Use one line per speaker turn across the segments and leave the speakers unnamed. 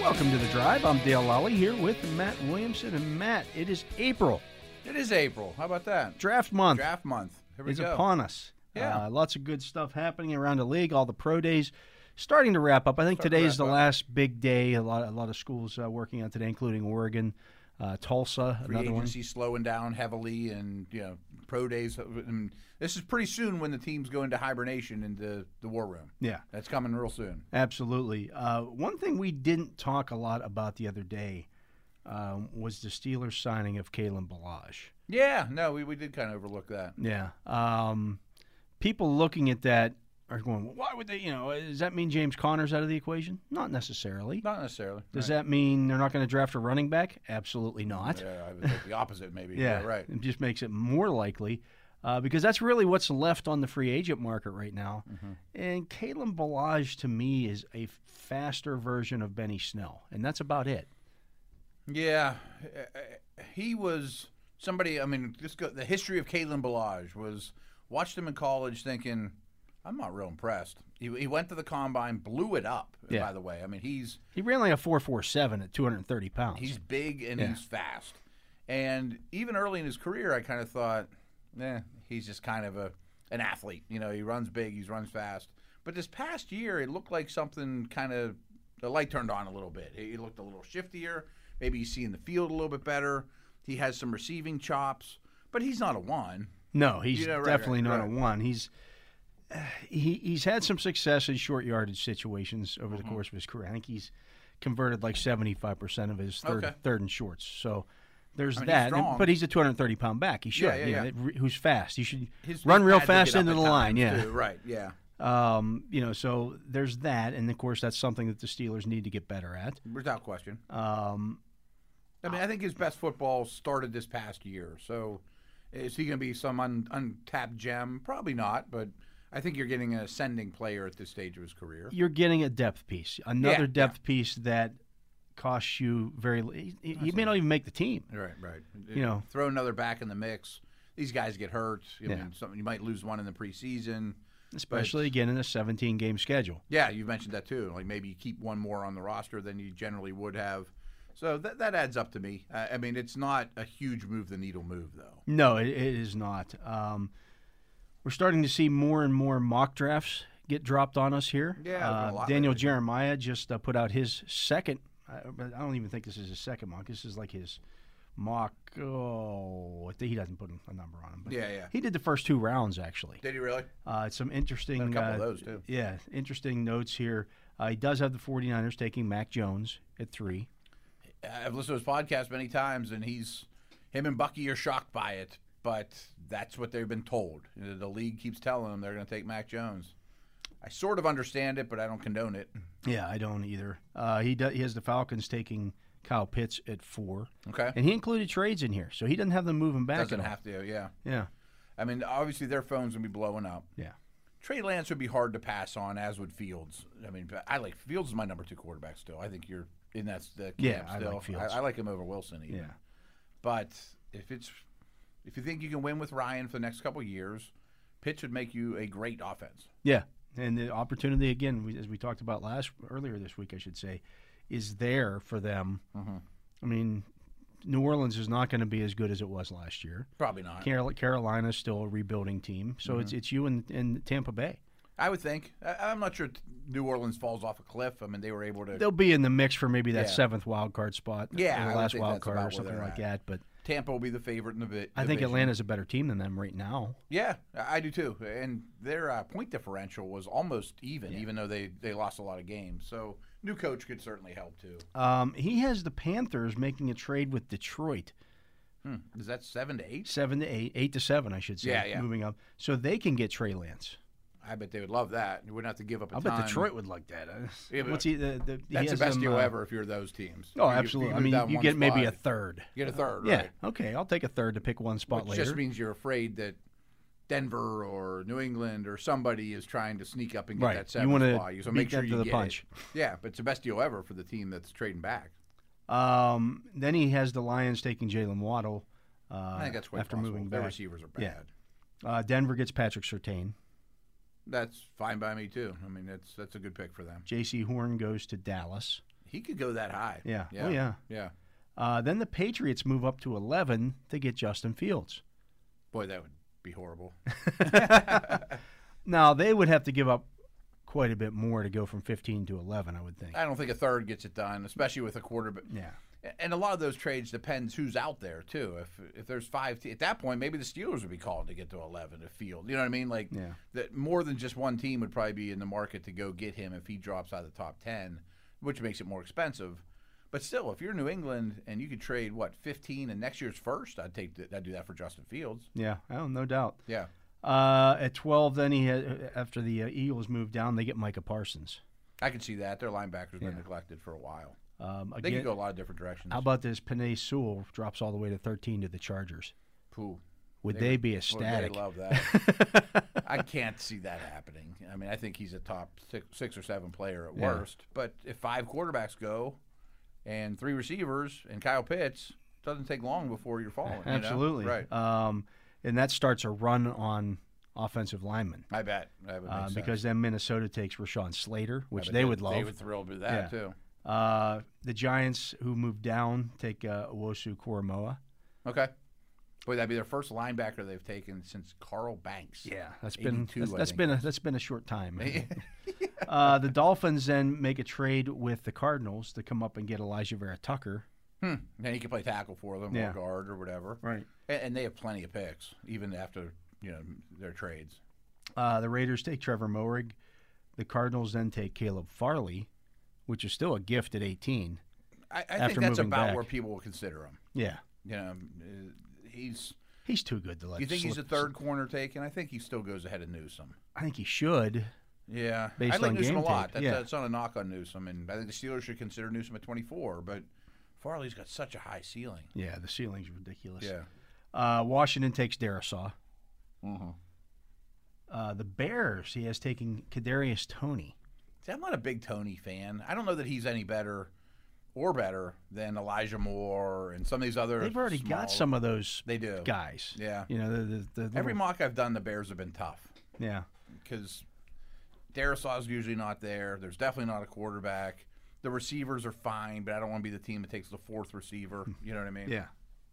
Welcome to the drive. I'm Dale Lally here with Matt Williamson. And Matt, it is April.
It is April. How about that?
Draft month
Draft month. Here we
is
go.
upon us.
Yeah.
Uh, lots of good stuff happening around the league. All the pro days starting to wrap up. I think today is
wrap
the
up.
last big day. A lot, a lot of schools uh, working on today, including Oregon, uh, Tulsa,
Free
another one.
agency slowing down heavily, and you know, pro days. And this is pretty soon when the teams go into hibernation into the war room.
Yeah.
That's coming real soon.
Absolutely. Uh, one thing we didn't talk a lot about the other day um, was the Steelers signing of Kalen Balaj.
Yeah. No, we, we did kind of overlook that.
Yeah. Um, people looking at that are going, well, why would they, you know, does that mean James Connor's out of the equation? Not necessarily.
Not necessarily.
Does
Right.
that mean they're not going to draft a running back? Absolutely not.
Yeah, I would think the opposite maybe.
Yeah,
Right.
It just makes it more likely uh, because that's really what's left on the free agent market right now.
Mm-hmm.
And Kalen Balaj to me is a faster version of Benny Snell, and that's about it.
Yeah, uh, uh, he was somebody. I mean, just go, the history of Kalen Balaj was watched him in college, thinking, I'm not real impressed. He, he went to the combine, blew it up.
Yeah.
By the way, I mean he's
He ran like a four four seven at two hundred and thirty pounds.
he's big and
Yeah.
he's fast. And even early in his career, I kind of thought, eh, he's just kind of a an athlete. You know, he runs big, he runs fast. But this past year, it looked like something kind of the light turned on a little bit. He he looked a little shiftier. Maybe he's seeing the field a little bit better. He has some receiving chops, but he's not a one.
no, he's
Yeah, right, right,
definitely not
right.
a one. He's he, he's had some success in short yardage situations over
Mm-hmm.
the course of his career. I think he's converted like seventy five percent of his third
Okay.
third and shorts. So there's
mean, he's
that. And-
strong.
but he's a two hundred and thirty pound back. He should.
yeah,
you
yeah.
know, that re- who's fast. You should
His
run
big
real
pads will get
fast
up
into
at
the line.
times,
Yeah.
too. Right. Yeah.
Um, you know, so there's that, and of course that's something that the Steelers need to get better at.
Without question.
Um,
I mean, I think his best football started this past year. So, is he going to be some un- untapped gem? Probably not. But I think you're getting an ascending player at this stage of his career.
you're getting a depth piece, another
yeah.
depth piece that costs you very. li- He, he may not even make the team.
Right, right.
You know.
throw another back in the mix. These guys get hurt. I
Yeah.
mean, something you might lose one in the preseason.
Especially again in a 17 game schedule.
Yeah, you mentioned that too. Like maybe you keep one more on the roster than you generally would have. So that that adds up to me. Uh, I mean, it's not a huge move the needle move though.
No, it, it is not. Um, we're starting to see more and more mock drafts get dropped on us here.
Yeah, there's been a
Uh,
lot
Daniel
lately.
Jeremiah just uh, put out his second. I, I don't even think this is his second mock. This is like his mock. Oh, I think he doesn't put a number on him. But
Yeah, yeah.
He did the first two rounds actually.
Did he really?
Uh, some interesting.
Done a couple of
uh,
those, too.
Yeah, interesting notes here. Uh, he does have the 49ers taking Mac Jones at three.
I've listened to his podcast many times, and he's him and Bucky are shocked by it, but that's what they've been told. You know, The league keeps telling them they're going to take Mac Jones. I sort of understand it, but I don't condone it.
Yeah, I don't either. Uh, he do, he has the Falcons taking Kyle Pitts at four,
Okay,
and he included trades in here, so he doesn't have them moving back.
doesn't
at all.
have to. Yeah,
Yeah,
I mean, obviously their phones would be blowing up.
yeah,
Trey Lance would be hard to pass on, as would Fields. I mean, but I like Fields is my number two quarterback still. I think you're in that the camp
Yeah, I
still.
like Fields.
I, I like him over Wilson. Even.
yeah.
But if it's if you think you can win with Ryan for the next couple of years, Pitts would make you a great offense.
Yeah, and the opportunity again, we, as we talked about last earlier this week, I should say, is there for them.
Mm-hmm.
I mean, New Orleans is not going to be as good as it was last year.
Probably not.
Carol- Carolina's still a rebuilding team, so
Mm-hmm.
it's it's you and, and Tampa Bay.
I would think. I, I'm not sure t- New Orleans falls off a cliff. I mean, they were able to.
They'll be in the mix for maybe that
Yeah.
seventh wild card spot,
Yeah,
or
I
the
would
last
think
wild
that's
card
about
or
where
something
they're
like that.
at.
But
Tampa will be the favorite in the bit.
I think Atlanta's a better team than them right now.
Yeah, I I do too. And their uh, point differential was almost even, even though they they lost a lot of games. So new coach could certainly help too.
Um, he has the Panthers making a trade with Detroit,
Hmm. Is that seven to eight?
seven to eight, eight to seven, I should say.
Yeah, yeah.
Moving up, so they can get Trey Lance.
I bet they would love that. You wouldn't have to give up a
I
time.
bet Detroit would like that. Uh,
Yeah, but
what's he, the, the, he
That's the
has
best
them,
deal
uh,
ever if you're those teams.
Oh,
You- you
absolutely. I
move
mean,
down
you
one
get maybe a
spot.
third.
You get a third,
Yeah.
right?
Okay, I'll take a third to pick one spot
Which
later.
just means you're afraid that Denver or New England or somebody is trying to sneak up and get
Right.
that
You
seventh
wanna
spot. So
beat
make sure
them to
you
the
get
punch.
It. Yeah, but it's the best deal ever for the team that's trading back.
um, then he has the Lions taking Jalen Waddle. Uh,
I think that's quite
after
possible.
moving
Their
back.
receivers are bad.
Yeah. Uh, Denver gets Patrick Sertain.
That's fine by me too. I mean, that's that's a good pick for them.
J.C. Horn goes to Dallas.
He could go that high.
Yeah.
Yeah.
Oh yeah.
Yeah.
Uh, then the Patriots move up to 11 to get Justin Fields.
Boy, that would be horrible.
Now they would have to give up quite a bit more to go from 15 to 11, I would think.
I don't think a third gets it done, especially with a quarterback.
Yeah.
And a lot of those trades depends who's out there too. If if there's five te- at that point, maybe the Steelers would be calling to get to eleven to field. You know what I mean? Like
Yeah.
that more than just one team would probably be in the market to go get him if he drops out of the top ten, which makes it more expensive. But still, if you're New England and you could trade what fifteen and next year's first, I'd take th- I'd do that for Justin Fields.
Yeah. Oh, no doubt.
Yeah,
Uh, at 12, then he had, after the uh, Eagles move down, they get Micah Parsons.
I can see that. Their linebacker's been
Yeah.
neglected for a while.
Um,
They
again,
could go a lot of different directions.
how about this? Panay Sewell drops all the way to 13 to the Chargers.
Pooh.
Would they, be
Boy, they
ecstatic?
love that. I can't see that happening. I mean, I think he's a top six, six or seven player at
Yeah.
worst. But if five quarterbacks go, and three receivers, and Kyle Pitts, it doesn't take long before you're falling. you know?
Absolutely.
right?
Um, and that starts a run on offensive linemen
I bet that would make
uh,
sense.
because then Minnesota takes Rashawn Slater,
I
which
bet
they would
They
love.
would thrill with that
Yeah.
too.
Uh, the Giants, who moved down, take uh, Owosu Koromoa.
Okay. Boy, that'd be their first linebacker they've taken since Carl Banks.
Yeah, that's been
82,
that's,
I
that's
think
been a, that's been a short time. uh, the Dolphins then make a trade with the Cardinals to come up and get Elijah Vera Tucker.
Hmm. And he could play tackle for them
Yeah.
or guard or whatever.
Right.
And, and they have plenty of picks, even after you know their trades.
Uh, the Raiders take Trevor Moerig. The Cardinals then take Caleb Farley, which is still a gift at 18.
I, I
after
think that's
moving
about
back.
where people will consider him.
Yeah,
You know, uh, he's.
he's too good to let.
You think he's the
slip-
third corner taken? I think he still goes ahead of Newsom.
I think he should.
Yeah,
Based
I like
on
Newsom
game
a lot.
tape,
That's,
yeah.
that's not a knock on Newsom, and I think the Steelers should consider Newsom at 24. But Farley's got such a high ceiling.
Yeah, the ceiling's ridiculous.
Yeah,
Uh, Washington takes Darisaw. Uh, the Bears, he has taken Kadarius Tony.
See, I'm not a big Tony fan. I don't know that he's any better or better than Elijah Moore and some of these other.
They've already got
small-
some of those
They do.
guys.
Yeah.
You know, the, the, the little-
Every mock I've done, the Bears have been tough.
Yeah.
because Darisaw's usually not there. There's definitely not a quarterback. The receivers are fine, but I don't want to be the team that takes the fourth receiver. You know what I mean?
Hmm. Yeah.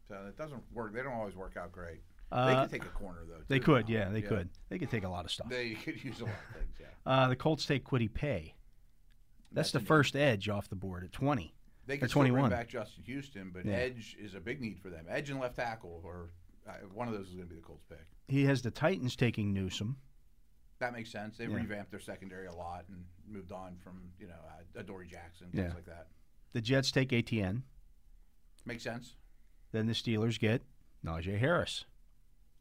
So it doesn't work. They don't always work out great. they
Uh,
could take a corner though.
They
too.
could, yeah, they
Yeah.
could. They could take a lot of stuff.
They could use a lot of things. Yeah.
Uh, the Colts take Quiddy Pay. That's,
That's
the
a-
first edge off the board at 20.
They
They're
could still
21.
bring back Justin Houston, but
Yeah.
edge is a big need for them. Edge and left tackle, or uh, one of those is going to be the Colts pick.
He has the Titans taking Newsom.
That makes sense. They
Yeah.
revamped their secondary a lot and moved on from you know uh, Adoree Jackson things
Yeah.
like that.
The Jets take ATN.
Makes sense.
Then the Steelers get Najee Harris.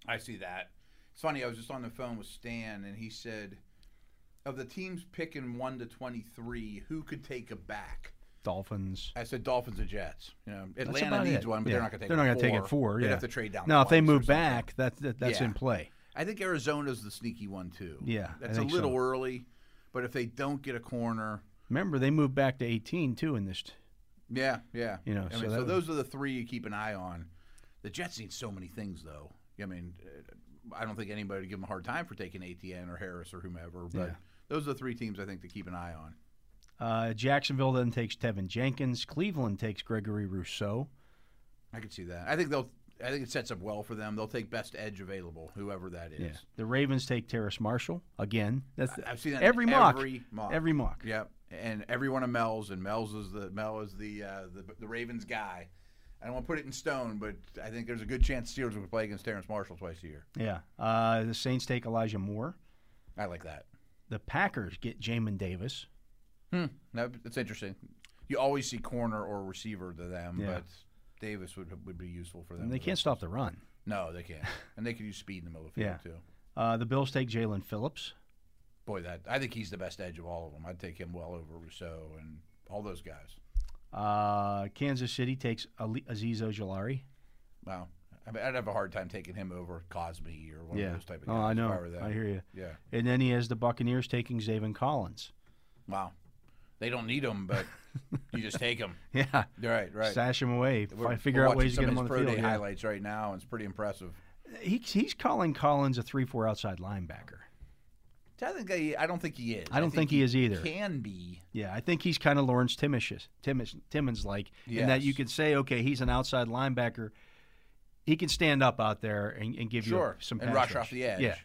I see that. It's funny. I was just on the phone with Stan, and he said, "Of the teams picking one to twenty-three, who could take a back?"
Dolphins.
I said Dolphins and Jets. You know, Atlanta
about
needs
it.
one, but
Yeah.
they're not going to take.
They're not
going
gonna
to
take it four,
They'd
yeah.
have to trade down.
Now, if they
twice or
move
something.
back, that, that that's
Yeah.
in play.
I think Arizona's the sneaky one too.
Yeah, I
that's a
think
little
so.
early, but if they don't get a corner,
Remember, they moved back to 18 too in this.
yeah, yeah.
You know,
I
so
mean,
that
so
would-
those are the three you keep an eye on. The Jets need so many things, though. I mean, uh, I don't think anybody would give them a hard time for taking ATN or Harris or whomever, but
Yeah.
those are the three teams I think to keep an eye on.
Uh, Jacksonville then takes Tevin Jenkins. Cleveland takes Gregory Rousseau.
I could see that. I think they'll. I think it sets up well for them. They'll take best edge available, whoever that is.
The Ravens take Terrace Marshall again. That's
I've seen that in
every mock.
every mock.
Every mock.
Yep, and everyone of Mel's, and Mel's is the Mel is the uh, the, the Ravens guy. I don't want to put it in stone, but I think there's a good chance Steelers will play against Terrence Marshall twice a year.
Yeah. Uh, the Saints take Elijah Moore.
I like that.
The Packers get Jamin Davis.
Hmm. No, that's interesting. You always see corner or receiver to them,
Yeah.
but Davis would would be useful for them.
And they can't stop the run.
No, they can't. and they could use speed in the middle of the field
Yeah.
too.
Uh, the Bills take Jalen Phillips.
Boy, that I think he's the best edge of all of them. I'd take him well over Rousseau and all those guys.
Uh, Kansas City takes Ali- Aziz Ojolari.
Wow. I mean, I'd have a hard time taking him over Cosby or one of those type of
Oh,
guys.
I
if
know.
were them.
I hear you.
Yeah.
And then he has the Buccaneers taking Zayvon Collins.
Wow. They don't need him, but you just take him.
Yeah.
Right, right.
Sash him away.
We're-
fi- figure
we're
out ways to
watching
get him
some
on
of
the
his pro
field.
day
yeah.
highlights right now, and it's pretty impressive.
He, he's calling Collins a three-four outside linebacker.
I think he, I don't think he is.
I don't think he is either.
Can be.
Yeah, I think he's kind of Lawrence Timmons, Timmons, Timmons like, in that you
Yes.
could say, okay, he's an outside linebacker. He can stand up out there and, and give
Sure.
you some
and
pass
rush off the edge.
Yeah,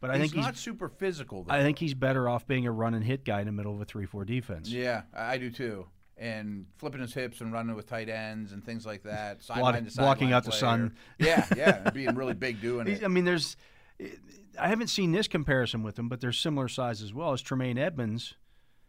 but I
he's
think he's
not super physical. Though.
I think he's better off being a run and hit guy in the middle of a three-four defense.
Yeah, I I do too. And flipping his hips and running with tight ends and things like that.
Block-
Sideline to
blocking
sideline
out the
play
sun.
or- Yeah, yeah. and Being really big doing
He's-
it.
I mean, there's. I haven't seen this comparison with him, but they're similar size as well as Tremaine Edmonds.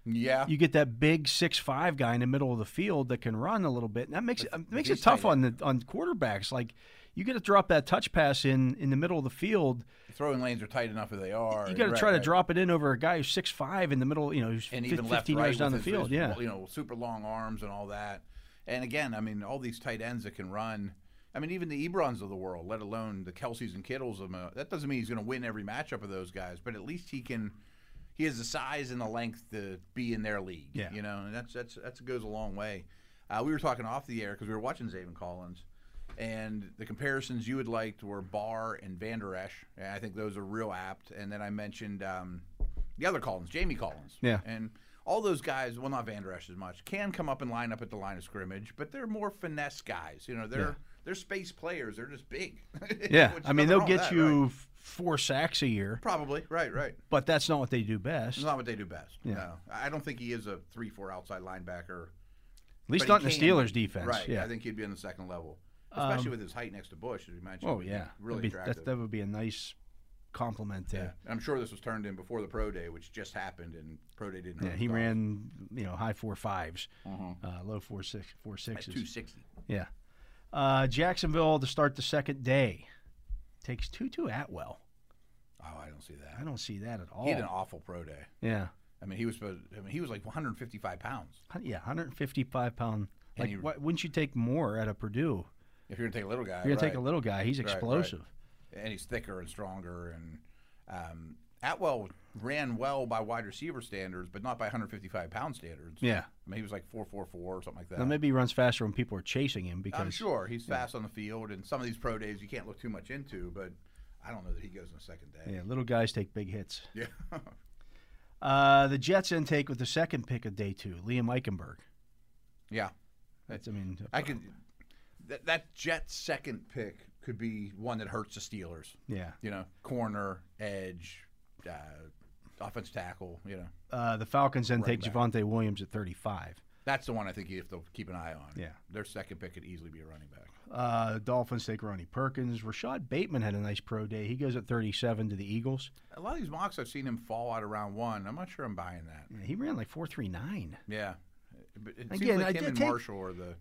Yeah.
You get that big six-five guy in the middle of the field that can run a little bit, and that makes it,
But-
it
but
makes it
he's tight
tough on the on quarterbacks. Like you got to drop that touch pass in in the middle of the field.
Throwing lanes are tight enough as they are.
You got to
Right,
try to
right.
drop it in over a guy who's six five in the middle. You know, who's
and
fif-
even
fifteen
left right
yards down the
with his-
field.
his,
Yeah,
you know, super long arms and all that. And again, I mean, all these tight ends that can run. I mean, even the Ebrons of the world, let alone the Kelseys and Kittles. Of, uh, that doesn't mean he's going to win every matchup of those guys, but at least he can. He has the size and the length to be in their league.
Yeah.
you know, and that's that's that goes a long way. Uh, we were talking off the air because we were watching Zayvon Collins, and the comparisons you had liked were Barr and Van Der Esch. And I think those are real apt. And then I mentioned um, the other Collins, Jamie Collins.
Yeah.
And all those guys, well, not Van Der Esch as much, can come up and line up at the line of scrimmage, but they're more finesse guys. You know, they're they're space players. They're just big.
yeah.
Which
I mean,
nothing
they'll
wrong with
get
that,
you
right?
f four sacks a year,
Probably right, right.
but that's not what they do best.
It's not what they do best.
Yeah.
No, I don't think he is a three-four outside linebacker.
At least
but
not
he
in the
can
Steelers'
be.
defense.
Right.
Yeah. Um,
I think he'd be on the second level, especially with his height next to Bush, as you mentioned.
oh
would be
yeah.
really
That'd be-
attractive.
that, that would be a nice compliment
yeah.
there.
I'm sure this was turned in before the pro day, which just happened, and pro day didn't.
Yeah.
hurt
he
his arms.
ran you know high four fives,
Mm-hmm.
uh, low four six four
at
sixes.
260.
Yeah. Uh, Jacksonville to start the second day takes Tutu Atwell.
Oh, I don't see that.
I don't see that at all.
He had an awful pro day.
yeah.
I mean, he was supposed. I mean, he was like 155 pounds.
Hun- Yeah, 155 pound. Like,
he-
why, wouldn't you take more out of Purdue?
If you're gonna take a little guy,
You're gonna
right.
take a little guy. He's
right.
explosive.
and he's thicker and stronger. And um, Atwell ran well by wide receiver standards, but not by 155 pound standards.
Yeah.
I mean, he was like 444 or something like
Now
that.
maybe he runs faster when people are chasing him because
I'm sure he's fast on the field, and some of these pro days you can't look too much into, but I don't know that he goes in the second day.
yeah, little guys take big hits.
Yeah,
Uh, the Jets intake with the second pick of day two, Liam Eichenberg.
yeah.
That's I mean
I could. That, that Jets second pick could be one that hurts the Steelers.
yeah.
You know, corner, edge, uh, offense tackle. You know,
Uh, the Falcons then
Running
take Javante Williams at 35.
that's the one I think you have to keep an eye on.
Yeah.
their second pick could easily be a running back.
Uh, the Dolphins take Ronnie Perkins. Rashad Bateman had a nice pro day. He goes at 37 to the Eagles.
A lot of these mocks I've seen him fall out around one. I'm not sure I'm buying that.
Yeah, he ran like 439.
Yeah. But it
Again,
seems like
I
him
did
and
take-
Marshall are the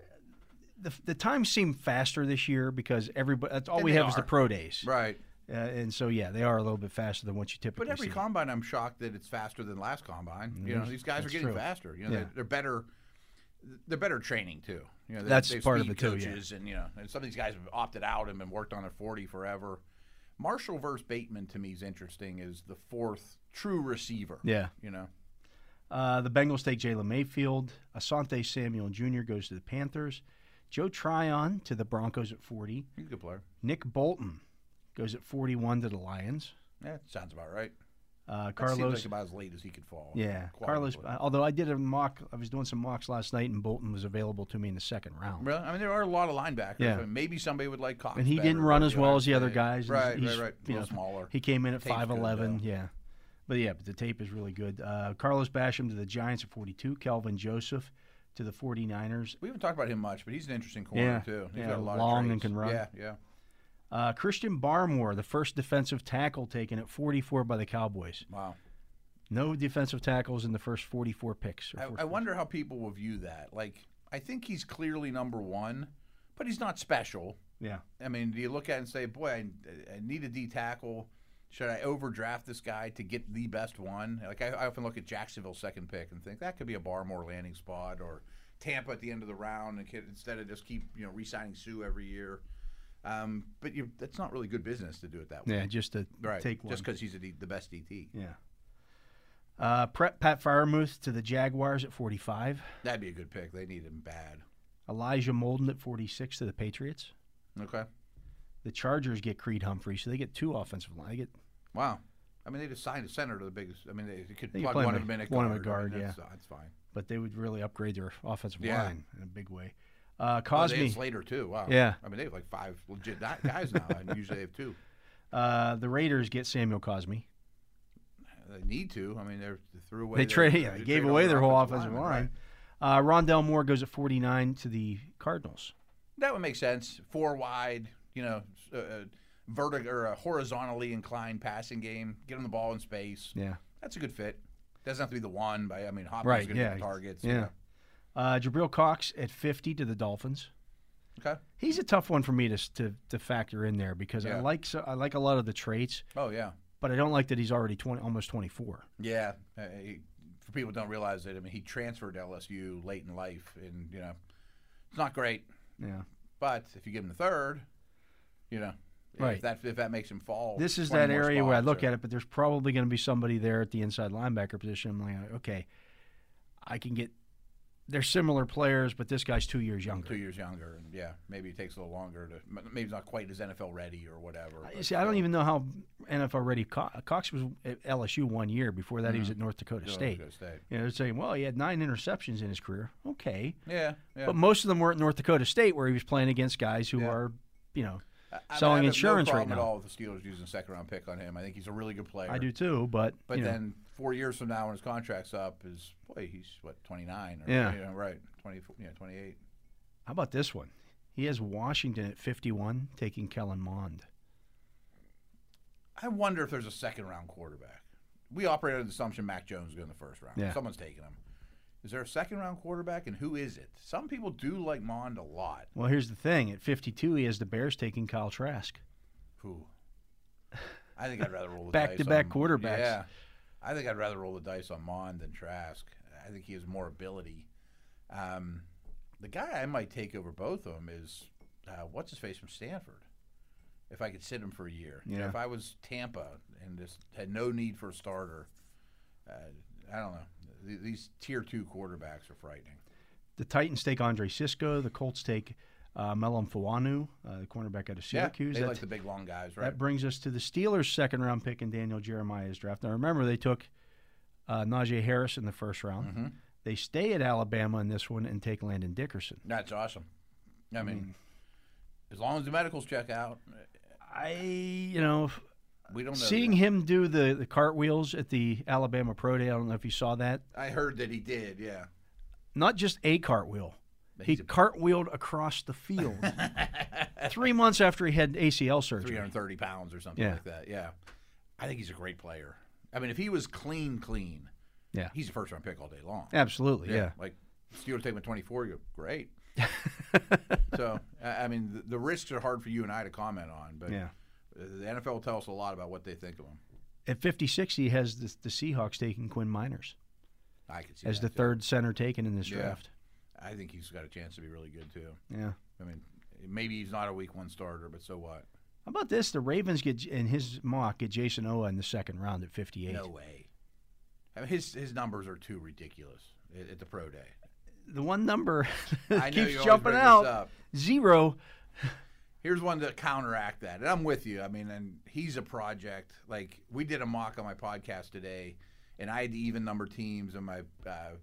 The, the times seem faster this year because everybody that's all
And
we
they
have is the
are.
pro days.
right.
Uh, and so, yeah, they are a little bit faster than what you typically
But every
see. Mm-hmm.
combine, I'm shocked that it's faster than last combine. You know, these guys are
that's
getting
true.
faster. You know,
Yeah.
they're, they're better. They're better training too. You know, they,
That's
they have
part of
speed
it, too, yeah.
Coaches and you know, and some of these guys have opted out and been worked on at 40 forever. Marshall versus Bateman to me is interesting. Is the fourth true receiver?
Yeah.
You know,
Uh, the Bengals take Jalen Mayfield. Asante Samuel Jr. goes to the Panthers. Joe Tryon to the Broncos at 40.
he's a good player.
Nick Bolton goes at 41 to the Lions.
Yeah, sounds about right.
Uh,
That seems
Carlos.
like about as late as he could fall.
yeah, Carlos.
Quality player.
Although I did a mock, I was doing some mocks last night, and Bolton was available to me in the second round.
Really? I mean, there are a lot of linebackers.
Yeah.
I mean, maybe somebody would like Cox.
And he
better,
didn't run
but,
as
you know,
well as the other
yeah.
guys. and
Right,
he's-
right, right.
you
A little
know,
smaller.
He came in at
Tape's good,
five eleven.
though.
Yeah, but yeah, but the tape is really good. Uh, Carlos Basham to the Giants at forty two. Kelvin Joseph to the 49ers.
We haven't talked about him much, but he's an interesting corner
Yeah.
too. He's
Yeah,
got a lot
long
of
and
traits.
can run.
Yeah, yeah.
Uh, Christian Barmore, the first defensive tackle taken at 44 by the Cowboys.
Wow.
No defensive tackles in the first 44 picks. or
I,
44
I wonder how people will view that. Like, I think he's clearly number one, but he's not special.
Yeah.
I mean, do you look at it and say, "Boy, I, I need a D tackle," should I overdraft this guy to get the best one? Like I, I often look at Jacksonville's second pick and think that could be a Barmore landing spot or Tampa at the end of the round and kid, instead of just keep you know re-signing Sue every year. Um, but you, that's not really good business to do it that way.
Yeah, just to
Right,
take one.
just because he's a D the best E DT.
yeah. Uh, Prep Pat Firemuth to the Jaguars at 45.
That'd be a good pick. They need him bad.
Elijah Molden at 46 to the Patriots.
Okay.
The Chargers get Creed Humphrey, so they get two offensive line. They get
Wow. I mean, they just signed a center to the biggest. I mean, they, they could
They could
plug
play
one
him
of them in at
a- one of
guard.
them at
I
guard,
mean, that's, that's fine. Oh,
but they would really upgrade their offensive
Yeah.
line in a big way. Uh,
Oh, they have
Cosme,
Slater too. Wow.
Yeah.
I mean, they have like five legit di- guys now, and usually they have two.
uh, the Raiders get Samuel Cosme.
Uh, They need to. I mean, they're, they threw away.
They
their-
trade, yeah, they gave
traded
away
all
their whole offensive
offensive
line.
linemen, right.
Uh, Rondell Moore goes at 49 to the Cardinals.
That would make sense. Four wide, you know, s- uh, vertic or a horizontally inclined passing game. Get him the ball in space.
Yeah.
That's a good fit. Doesn't have to be the one, but I mean, Hopkins
Right,
going to
yeah.
get the targets.
Yeah. Uh, Jabril Cox at 50 to the Dolphins.
Okay.
He's a tough one for me to s- to, to factor in there because I
Yeah.
like so, I like a lot of the traits,
Oh yeah.
but I don't like that he's already 20 almost 24.
Yeah, uh, he, for people who don't realize it, I mean, he transferred to LSU late in life, and you know, it's not great.
Yeah.
But if you give him the third, you know,
Right.
If that if that makes him fall,
This is
20
that
more
area where I
spots,
look
or-
at it, but there's probably going to be somebody there at the inside linebacker position. I'm like, okay, I can get. They're similar players, but this guy's two years younger.
two years younger, and yeah, maybe it takes a little longer to m- maybe he's not quite as NFL ready or whatever.
I-
but
See, I don't
still,
even know how NFL ready Co- Cox was at LSU one year. Before that, he was at North Dakota
still
State.
Mm-hmm. Dakota State.
You know, they're saying, well, he had nine interceptions in his career. Okay,
Yeah, yeah.
but most of them were at North Dakota State, where he was playing against guys who
Yeah.
are, you know,
I- I mean,
selling
I have
insurance
no
right
problem
now.
At all, with the Steelers using a second round pick on him. I think he's a really good player.
I do too. But
But
you know,
then four years from now, when his contract's up, is boy, he's what twenty nine or
Yeah.
you know, right twenty four, yeah, twenty eight.
how about this one? He has Washington at 51, taking Kellen Mond.
I wonder if there's a second round quarterback. We operate under the assumption Mac Jones is going in the first round.
Yeah.
Someone's taking him. Is there a second round quarterback, and who is it? Some people do like Mond a lot.
Well, here's the thing: at 52, he has the Bears taking Kyle Trask.
Who? I think I'd rather roll the dice
Back-to-back
on-
quarterbacks.
Yeah, I think I'd rather roll the dice on Mond than Trask. I think he has more ability. Um, the guy I might take over both of them is uh, what's his face from Stanford. If I could sit him for a year, You know,
Yeah.
if I was Tampa and just had no need for a starter, uh, I don't know. Th- These tier two quarterbacks are frightening.
The Titans take Andre Sisco. The Colts take uh, Melon Fawanu, uh, the cornerback out of Syracuse.
yeah, they
That-
like the big long guys, right?
That brings us to the Steelers' second round pick in Daniel Jeremiah's draft. Now, remember, they took uh, Najee Harris in the first round.
Mm-hmm.
They stay at Alabama in this one and take Landon Dickerson.
That's awesome. I mean,
Mm.
as long as the medicals check out,
I, you know,
we don't know.
seeing him do the, the cartwheels at the Alabama Pro Day, I don't know if you saw that.
I heard that he did. Yeah.
Not just a cartwheel, he
He's a-
cartwheeled across the field three months after he had ACL surgery.
330 pounds or something
Yeah.
like that. Yeah. I think he's a great player. I mean, if he was clean, clean,
Yeah.
he's a first round pick all day long.
Absolutely, yeah.
Like, Steelers take him at 24, you go, great. so, I I mean, the, the risks are hard for you and I to comment on, but
Yeah.
the NFL will tell us a lot about what they think of him.
At 56, he has the, the Seahawks taking Quinn Miners
I could see
as the
that, too.
third center taken in this
Yeah.
draft.
I think he's got a chance to be really good, too.
Yeah.
I mean, maybe he's not a week one starter, but so what?
How about this? The Ravens get in his mock get Jason Owa in the second round at 58.
No way. I mean, his, his numbers are too ridiculous at, at the pro day.
The one number that
I know you
keeps
always
jumping
bring
out
This up.
zero.
Here's one to counteract that, and I'm with you. I mean, and he's a project. Like we did a mock on my podcast today, and I had the even number teams, and my uh,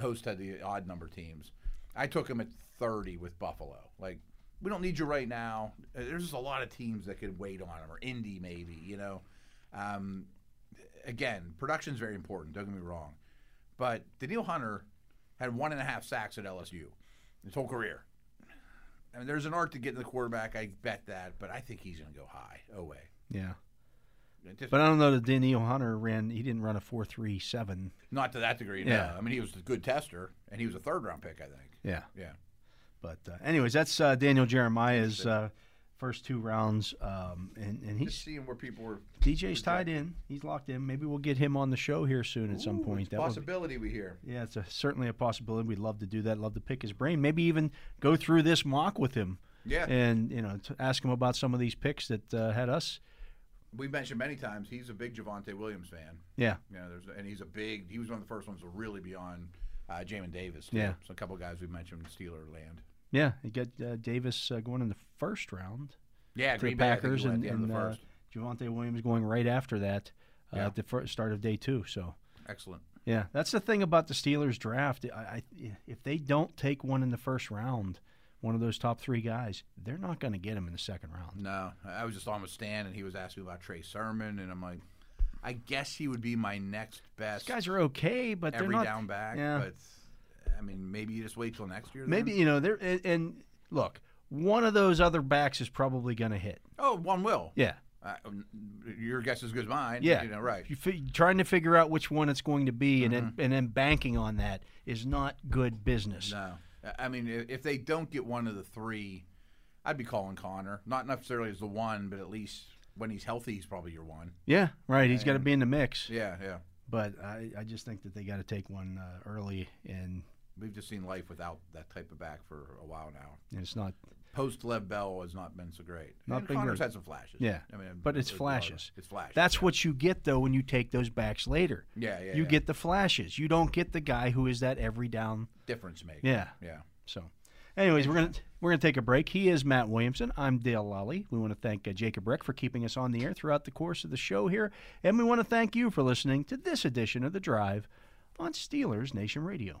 host had the odd number teams. I took him at 30 with Buffalo. Like we don't need you right now. Uh, There's just a lot of teams that could wait on him, or Indy maybe. You know, um, again, production's very important. Don't get me wrong, but Daniil Hunter had one and a half sacks at LSU his whole career. I mean, there's an art to getting the quarterback. I bet that, but I think he's going to go high. Oh way.
Yeah.
It just-
But I don't know that Daniel Hunter ran, he didn't run a 4.37.
not to that degree.
Yeah.
No. I mean, he was a good tester, and he was a third round pick, I think.
Yeah.
Yeah.
But, uh, anyways, that's uh, Daniel Jeremiah's uh, first two rounds, um, and, and
Just
he's
seeing where people were.
DJ's tied in. He's locked in. Maybe we'll get him on the show here soon at some
Ooh,
point.
it's a
would-
possibility we hear.
yeah, it's a, certainly a possibility. We'd love to do that. Love to pick his brain. Maybe even go through this mock with him.
Yeah.
and you know, to ask him about some of these picks that uh, had us.
We've mentioned many times he's a big Javante Williams fan.
Yeah,
You know, there's and he's a big. He was one of the first ones to really be on uh, Jamin Davis. too.
Yeah.
So a couple guys we mentioned Steeler land.
yeah. You got uh, Davis uh, going in the first round.
Yeah,
to the
Green Bay, I think,
Packers
went at
and,
the end of
and
the
uh,
first.
Javante Williams going right after that uh,
Yeah.
at the fir- start of day two. So
Excellent.
yeah, that's the thing about the Steelers draft. I, I, if they don't take one in the first round, one of those top three guys, they're not going to get him in the second round.
No, I was just on with Stan, and he was asking about Trey Sermon, and I'm like, I guess he would be my next best
These guys are okay, but
every
they're not
down back.
yeah.
But I mean, maybe you just wait till next year. then?
Maybe you know they're and, and look, one of those other backs is probably going to hit.
Oh, one will.
Yeah,
Uh, your guess is as good as mine.
yeah,
You know, right.
You fi- trying to figure out which one it's going to be, and then and then banking on that is not good business.
Mm-hmm. No, I- I mean, i- if they don't get one of the three, I'd be calling Connor. Not necessarily as the one, but at least when he's healthy, he's probably your one.
Yeah, right. He's got to be in the mix.
Yeah, yeah.
But I, I just think that they got to take one uh, early, and,
We've just seen life without that type of back for a while now.
and it's not.
Post Lev Bell has not been so great.
Not
and
been
Connor's
great.
had some flashes.
Yeah,
I mean,
but it's
it- it-
flashes.
It's flashes.
That's what you get though when you take those backs later.
yeah, yeah.
you
yeah.
get the flashes. You don't get the guy who is that every down.
difference maker.
Yeah.
yeah.
So, anyways, we're gonna we're gonna take a break. He is Matt Williamson. I'm Dale Lally. We want to thank uh, Jacob Reck for keeping us on the air throughout the course of the show here, and we want to thank you for listening to this edition of the Drive on Steelers Nation Radio.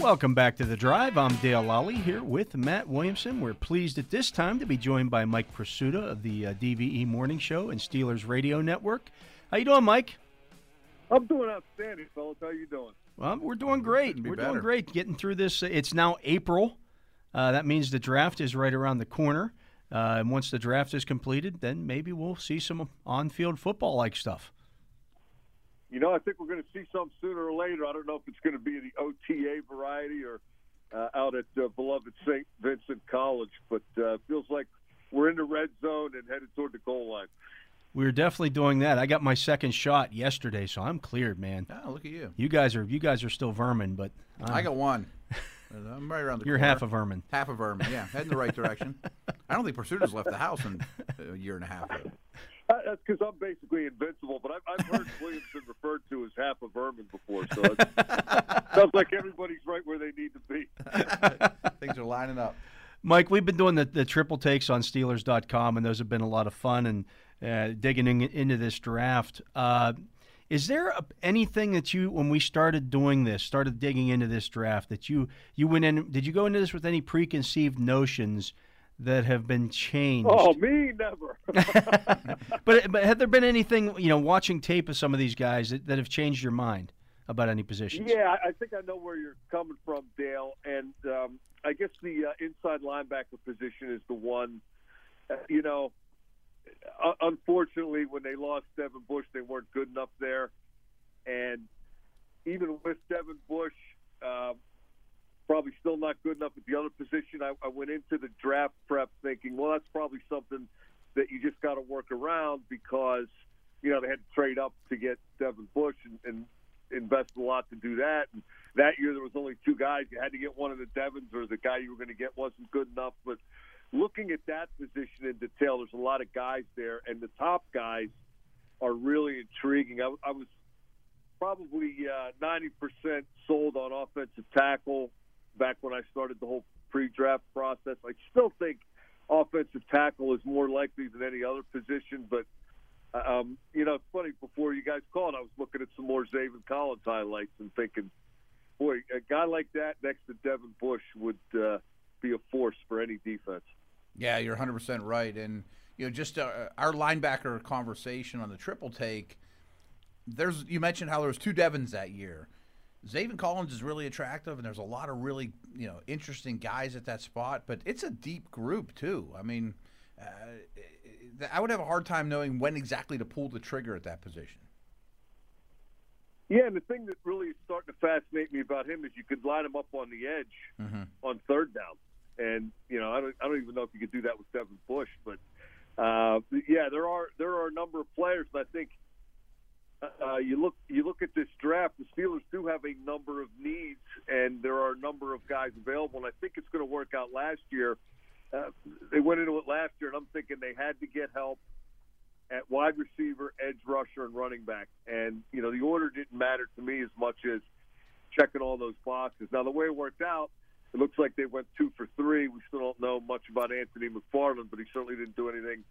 Welcome back to the Drive. I'm Dale Lally here with Matt Williamson. We're pleased at this time to be joined by Mike Pursuta of the uh, DVE Morning Show and Steelers Radio Network. How you doing, Mike?
I'm doing outstanding, fellas. How you doing?
Well, we're doing great.
couldn't be
We're
better.
doing great getting through this. It's now April. Uh, that means the draft is right around the corner. Uh, and once the draft is completed, then maybe we'll see some on field football like stuff.
You know, I think we're going to see some sooner or later. I don't know if it's going to be the OTA variety or uh, out at uh, beloved St. Vincent College, but uh, feels like we're in the red zone and headed toward the goal line.
We're definitely doing that. I got my second shot yesterday, so I'm cleared, man.
Oh, look at you.
You guys are you guys are still vermin, but I'm-
I got one. Uh, I'm right around the
you're
corner.
half a vermin.
Half of Ermin, yeah, heading the right direction. I don't think Pursuiters left the house in a year and a half. Though.
Uh, That's because I'm basically invincible, but I've, I've heard Williamson referred to as half of vermin before, so it sounds like everybody's right where they need to be.
Things are lining up.
Mike, we've been doing the, the triple takes on Steelers.com, and those have been a lot of fun and uh, digging in, into this draft. Uh, is there a, anything that you, when we started doing this, started digging into this draft, that you you went in? Did you go into this with any preconceived notions that have been changed?
Oh, me never.
But but had there been anything you know watching tape of some of these guys that, that have changed your mind about any positions?
Yeah, I I think I know where you're coming from, Dale. And um, I guess the uh, inside linebacker position is the one, uh, you know, uh, unfortunately, when they lost Devin Bush, they weren't good enough there. And even with Devin Bush, um, probably still not good enough at the other position. I, I went into the draft prep thinking, well, that's probably something that you just got to work around because, you know, they had to trade up to get Devin Bush and, and invest a lot to do that. And that year there was only two guys. You had to get one of the Devons or the guy you were going to get wasn't good enough. But looking at that position in detail, there's a lot of guys there, and the top guys are really intriguing. I, I was probably uh, ninety percent sold on offensive tackle back when I started the whole pre-draft process. I still think offensive tackle is more likely than any other position, but um, you know, it's funny. Before you guys called, I was looking at some more Zayvon Collins highlights and thinking, boy, a guy like that next to Devin Bush would uh, be a force for any defense.
Yeah, you're 100 percent right, and you know just uh, our linebacker conversation on the triple take. There's you mentioned how there was two Devons that year. Zaven Collins is really attractive, and there's a lot of really you know interesting guys at that spot. But it's a deep group too. I mean, uh, I would have a hard time knowing when exactly to pull the trigger at that position.
Yeah, and the thing that really is starting to fascinate me about him is you could line him up on the edge mm-hmm. on third down, and you know I don't I don't even know if you could do that with Devin Bush, but uh, yeah, there are there are a number of players, and I think uh, you look you look at this draft. The Steelers do have a number of needs, and there are a number of guys available. And I think it's going to work out. Last year, uh, they went into it last year, and I'm thinking they had to get help at wide receiver, edge rusher, and running back. And you know the order didn't matter to me as much as checking all those boxes. Now the way it worked out. It looks like they went two for three. We still don't know much about Anthony McFarland, but he certainly didn't do anything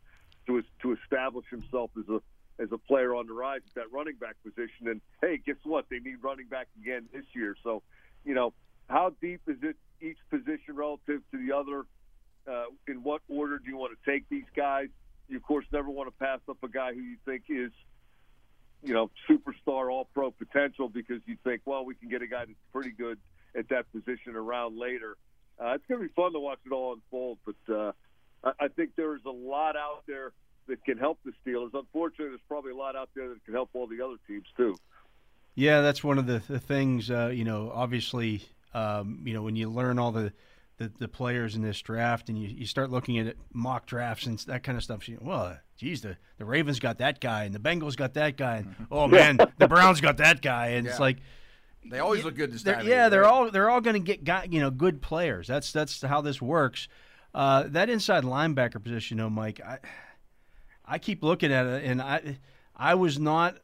to to establish himself as a as a player on the rise at that running back position. And hey, guess what? They need running back again this year. So, you know, how deep is it each position relative to the other? Uh, in what order do you want to take these guys? You of course never want to pass up a guy who you think is, you know, superstar, all pro potential because you think, well, we can get a guy that's pretty good at that position around later. Uh, it's going to be fun to watch it all unfold, but uh, I-, I think there is a lot out there that can help the Steelers. Unfortunately, there's probably a lot out there that can help all the other teams too.
Yeah, that's one of the, the things. Uh, you know, obviously, um, you know when you learn all the, the, the players in this draft, and you, you start looking at mock drafts and that kind of stuff. So you, well, geez, the, the Ravens got that guy, and the Bengals got that guy, and oh man, the Browns got that guy, and yeah. it's like.
They always look good this
time.
Yeah,
they're all they're all going to get got, you know good players. That's that's how this works. Uh, that inside linebacker position, though, Mike, I, I keep looking at it, and I, I was not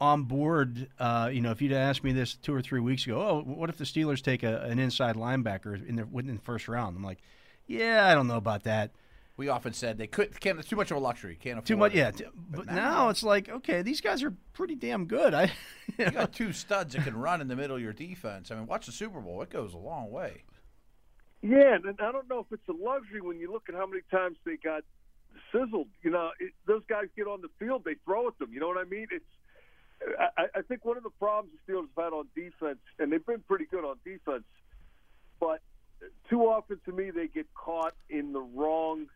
on board. Uh, you know, if you'd asked me this two or three weeks ago, oh, what if the Steelers take a, an inside linebacker in the in the first round? I'm like, yeah, I don't know about that.
We often said they could can't. It's too much of a luxury. Can't afford
too much.
It.
Yeah, but, but now, now, it's like okay, these guys are pretty damn good. I
you, know. got two studs that can run in the middle of your defense. I mean, watch the Super Bowl. It goes a long way.
Yeah, and I don't know if it's a luxury when you look at how many times they got sizzled. You know, it, those guys get on the field, they throw at them. You know what I mean? It's I, I think one of the problems the Steelers have had on defense, and they've been pretty good on defense, but too often to me they get caught in the wrong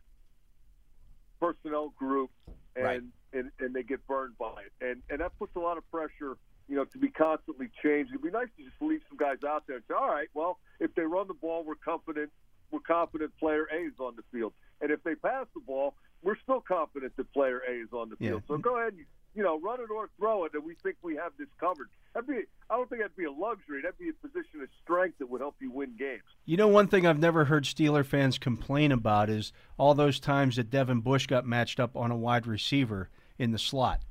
personnel group, and right. and, and they get burned by it, and and that puts a lot of pressure. You know, to be constantly changed. It'd be nice to just leave some guys out there and say, "All right, well, if they run the ball, we're confident. We're confident player A is on the field, and if they pass the ball, we're still confident that player A is on the field. Yeah. So go ahead, and, you know, run it or throw it, and we think we have this covered. That'd be, I don't think that'd be a luxury. That'd be a position of strength that would help you win games.
You know, one thing I've never heard Steeler fans complain about is all those times that Devin Bush got matched up on a wide receiver in the slot,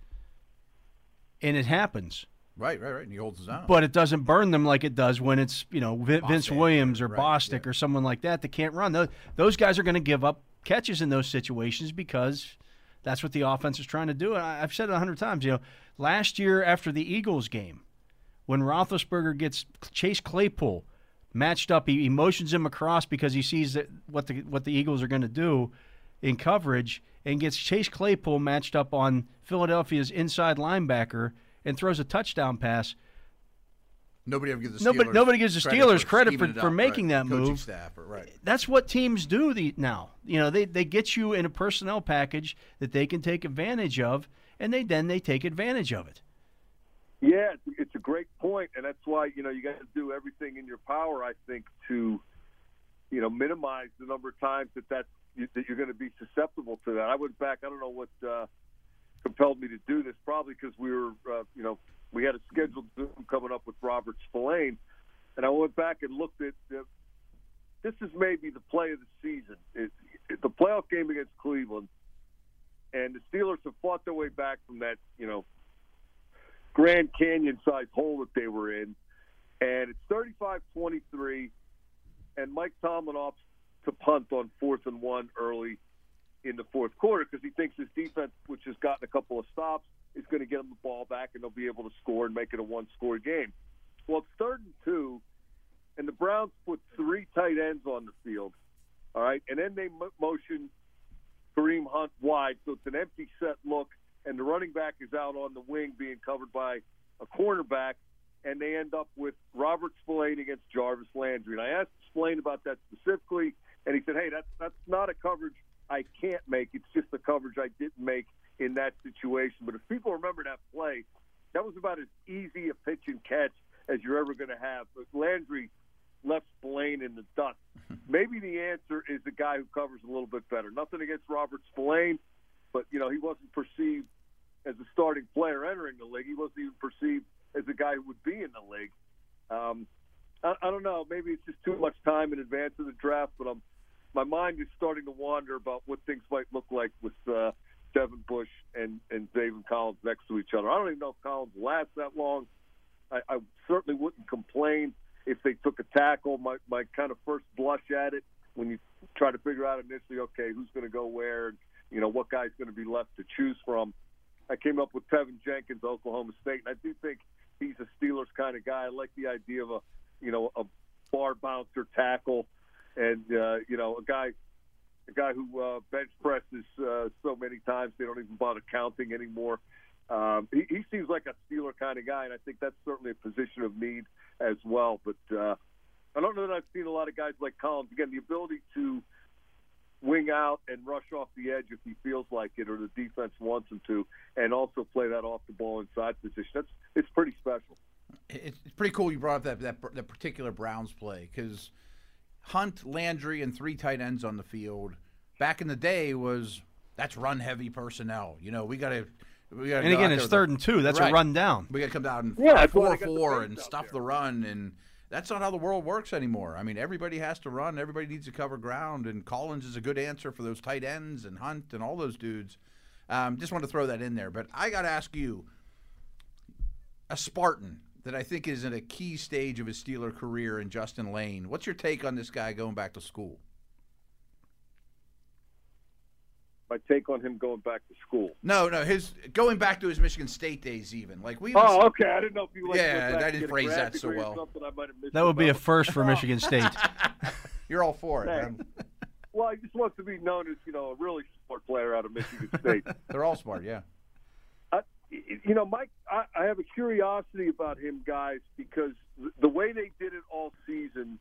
and it happens.
Right, right, right. And he holds his own.
But it doesn't burn them like it does when it's, you know, Vince Bostic, Williams or right, Bostic yeah. or someone like that that can't run. Those, those guys are going to give up catches in those situations because that's what the offense is trying to do. And I, have said it a hundred times. You know, last year after the Eagles game, when Roethlisberger gets Chase Claypool matched up, he, he motions him across because he sees that what the what the Eagles are going to do in coverage, and gets Chase Claypool matched up on Philadelphia's inside linebacker and throws a touchdown pass.
Nobody ever gives the Steelers
nobody, nobody gives the Steelers credit, credit for, for, making
up,
right. that Coaching move.
Staff, right.
That's what teams do the, now. You know, they, they get you in a personnel package that they can take advantage of, and they then they take advantage of it.
Yeah, it's a great point, and that's why you know you got to do everything in your power, I think, to you know minimize the number of times that that that you're going to be susceptible to that. I went back. I don't know what uh, compelled me to do this, probably because we were uh, you know we had a scheduled Zoom coming up with Robert Spillane, and I went back and looked at uh, this is maybe the play of the season. It, it, the playoff game against Cleveland, and the Steelers have fought their way back from that, you know, Grand Canyon-sized hole that they were in, and it's 35-23, and Mike Tomlin opts to punt on fourth and one early in the fourth quarter because he thinks his defense, which has gotten a couple of stops, is going to get them the ball back and they'll be able to score and make it a one score game. Well, it's third and two, and the Browns put three tight ends on the field, All right, and then they mo- motion Kareem Hunt wide, so it's an empty set look, and the running back is out on the wing being covered by a cornerback, and they end up with Robert Spillane against Jarvis Landry. And I asked Spillane about that specifically, and he said, "Hey, that's that's not a coverage I can't make. It's just a coverage I didn't make in that situation." But if people remember that play, that was about as easy a pitch and catch as you're ever going to have. But Landry left Spillane in the dust. Maybe the answer is the guy who covers a little bit better. Nothing against Robert Spillane, but you know he wasn't perceived as a starting player entering the league. He wasn't even perceived as a guy who would be in the league. Um, I, I don't know. Maybe it's just too much time in advance of the draft, but I'm, my mind is starting to wander about what things might look like with uh, Devin Bush and and David Collins next to each other. I don't even know if Collins lasts that long. I, I certainly wouldn't complain if they took a tackle. My my kind of first blush at it when you try to figure out initially, okay, who's going to go where, and you know what guy's going to be left to choose from. I came up with Tevin Jenkins, Oklahoma State, and I do think he's a Steelers kind of guy. I like the idea of a you know a bar bouncer tackle, and uh, you know a guy a guy who uh, bench presses uh, so many times they don't even bother counting anymore. Um, he, he seems like a Steeler kind of guy, and I think that's certainly a position of need as well. But uh, I don't know that I've seen a lot of guys like Collins. Again, the ability to wing out and rush off the edge if he feels like it or the defense wants him to, and also play that off the ball inside position. That's it's pretty special.
It's it's pretty cool you brought up that that, that particular Browns play because Hunt, Landry, and three tight ends on the field back in the day was that's run heavy personnel. You know, we got to. We
And
gotta go out
again,
there
it's
with a-
third and two. That's
Right.
a rundown.
We got to come down and
Yeah, that's why
four
they got the
four
bigs
and
out
stuff
there.
the run, and that's not how the world works anymore. I mean, everybody has to run. Everybody needs to cover ground, and Collins is a good answer for those tight ends and Hunt and all those dudes. Um, just want to throw that in there, but I got to ask you, a Spartan that I think is at a key stage of his Steeler career in Justin Lane. What's your take on this guy going back to school?
My take on him going back to school.
No, no, his going back to his Michigan State days, even like we.
Oh, okay. I didn't know if you like
Yeah,
went
I
back and
didn't
get a
phrase
grad
that so
degree or
well.
something I might have missed
That would be a
about
first for Michigan State.
you're all for it.
Hey.
man.
Well, he just wants to be known as you know a really smart player out of Michigan State.
They're all smart, yeah.
I, you know, Mike, I, I have a curiosity about him, guys, because th- the way they did it all season,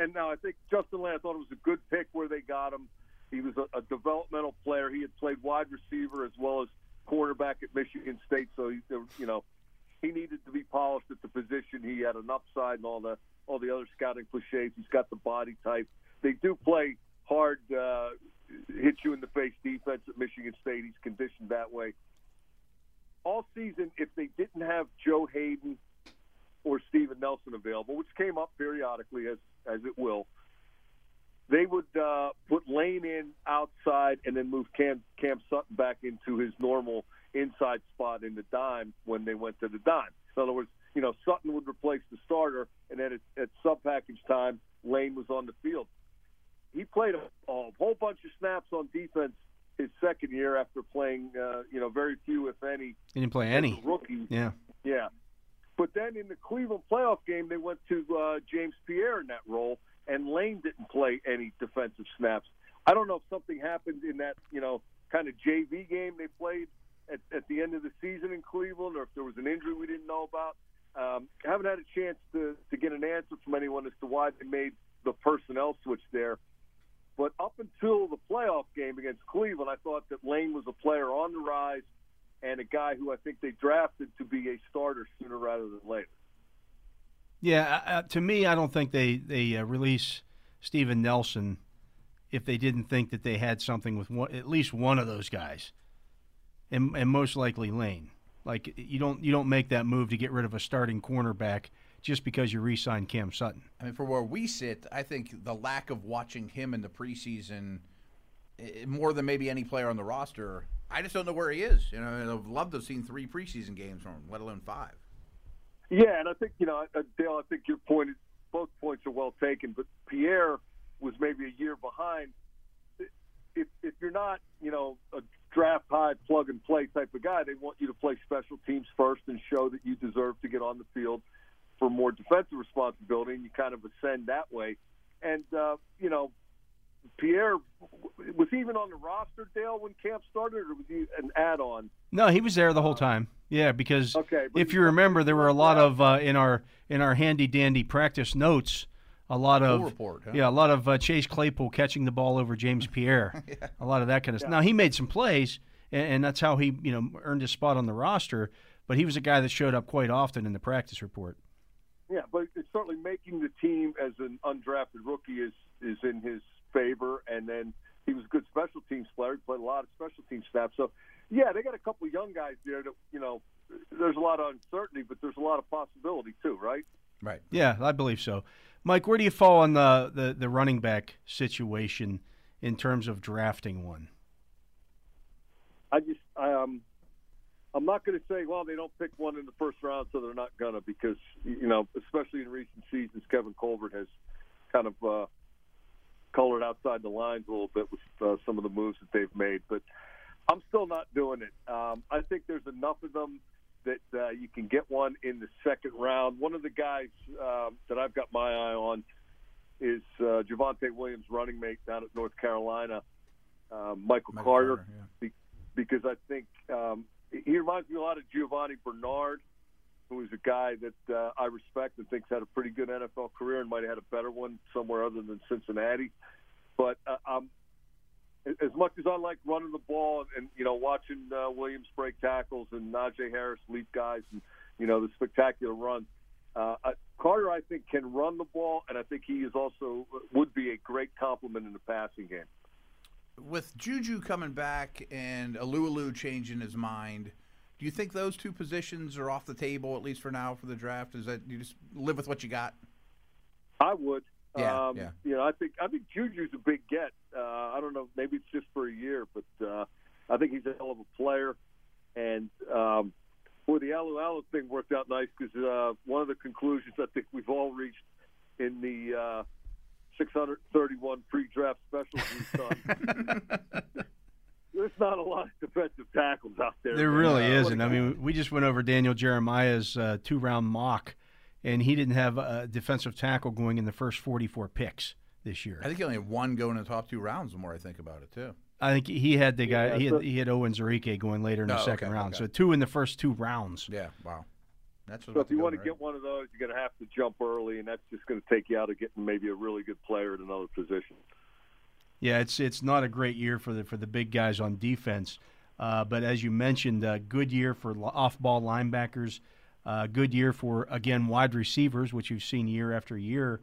and now I think Justin Lane, I thought it was a good pick where they got him. He was a, a developmental player. He had played wide receiver as well as cornerback at Michigan State, so he, there- you know, he needed to be polished at the position. He had an upside and all the all the other scouting cliches. He's got the body type. They do play hard, uh, hit you in the face defense at Michigan State. He's conditioned that way all season if they didn't have Joe Hayden or Steven Nelson available, which came up periodically as as it will, they would uh, put Lane in outside and then move Cam Cam Sutton back into his normal inside spot in the dime when they went to the dime. In other words, you know Sutton would replace the starter, and then at, at sub package time, Lane was on the field he played a, a whole bunch of snaps on defense his second year after playing, uh, you know, very few, if any,
He didn't play
as a
any.
rookie.
Yeah.
Yeah. But then in the Cleveland playoff game, they went to uh, James Pierre in that role, and Lane didn't play any defensive snaps. I don't know if something happened in that, you know, kind of JV game they played at, at the end of the season in Cleveland, or if there was an injury we didn't know about. Um, haven't had a chance to, to get an answer from anyone as to why they made the personnel switch there. But up until the playoff game against Cleveland, I thought that Lane was a player on the rise and a guy who I think they drafted to be a starter sooner rather than later.
Yeah, uh, uh, to me, I don't think they they uh, release Steven Nelson if they didn't think that they had something with one, at least one of those guys, and and most likely Lane. Like you don't you don't make that move to get rid of a starting cornerback just because you re-signed Cam Sutton.
I mean, for where we sit, I think the lack of watching him in the preseason, eh, more than maybe any player on the roster, I just don't know where he is. You know, and I've loved to have seen three preseason games from him, let alone five.
Yeah, and I think you know, uh, Dale. I think your point, is, both points are well taken. But Pierre was maybe a year behind. If if you're not, you know, a draft high plug and play type of guy, they want you to play special teams first and show that you deserve to get on the field for more defensive responsibility, and you kind of ascend that way. And uh, you know, Pierre was he even on the roster, Dale, when camp started, or was he an add-on?
No, he was there the whole time. Yeah, because
Okay, but
if
he-
you remember, there were a lot of uh, in our in our handy dandy practice notes, a lot of
report, huh?
yeah, a lot of uh, Chase Claypool catching the ball over James Pierre, a lot of that kind of stuff. Now he made some plays, and, and that's how he you know earned his spot on the roster. But he was a guy that showed up quite often in the practice report.
Yeah, but it's certainly making the team as an undrafted rookie is is in his favor. And then he was a good special teams player. He played a lot of special team snaps. So, yeah, they got a couple of young guys there that you know. There's a lot of uncertainty, but there's a lot of possibility too, right?
Right.
Yeah, I believe so. Mike, where do you fall on the the, the running back situation in terms of drafting one?
I just um, I'm not going to say well they don't pick one in the first round, so they're not gonna because you know especially in recent seasons Kevin Colbert has kind of uh, colored outside the lines a little bit with uh, some of the moves that they've made, but I'm still not doing it. Um, I think there's enough of them that uh, you can get one in the second round. One of the guys um, that I've got my eye on is uh, Javante Williams' running mate down at North Carolina, uh, Michael,
Michael
Carter
Carter, yeah.
be- because I think um, he reminds me a lot of Giovanni Bernard, who is a guy that uh, I respect and thinks had a pretty good NFL career and might have had a better one somewhere other than Cincinnati. But uh, um, as much as I like running the ball and you know watching uh, Williams break tackles and Najee Harris leap guys and you know the spectacular runs, uh, I- Carter I think can run the ball and I think he is also would be a great complement in the passing game.
With Juju coming back and Alualu changing his mind, do you think those two positions are off the table at least for now for the draft? Is that you just live with what you got?
I would.
Yeah,
um,
yeah.
You know, I think I think Juju's a big get. Uh, I don't know, maybe it's just for a year, but uh, I think he's a hell of a player. And um, boy, the Alu Alu thing worked out nice because uh, one of the conclusions I think we've all reached in the uh, 631 pre-draft specials we've done. There's not a lot of defensive tackles out there.
There
man.
really
Uh,
isn't. I mean, we just went over Daniel Jeremiah's uh, two round mock, and he didn't have a defensive tackle going in the first 44 picks this year.
I think you only have one going in the top two rounds. The more I think about it, too.
I think he had the guy,
Yeah,
he,
so-
had, he had Owen Zarike going later in the
Oh,
second
okay,
round.
okay.
So two in the first two rounds.
Yeah. Wow. That's what
So if you want to get one of those, you're going to have to jump early, and that's just going to take you out of getting maybe a really good player at another position.
Yeah, it's it's not a great year for the for the big guys on defense, uh, but as you mentioned, uh, good year for off ball linebackers, uh, good year for again wide receivers, which you've seen year after year.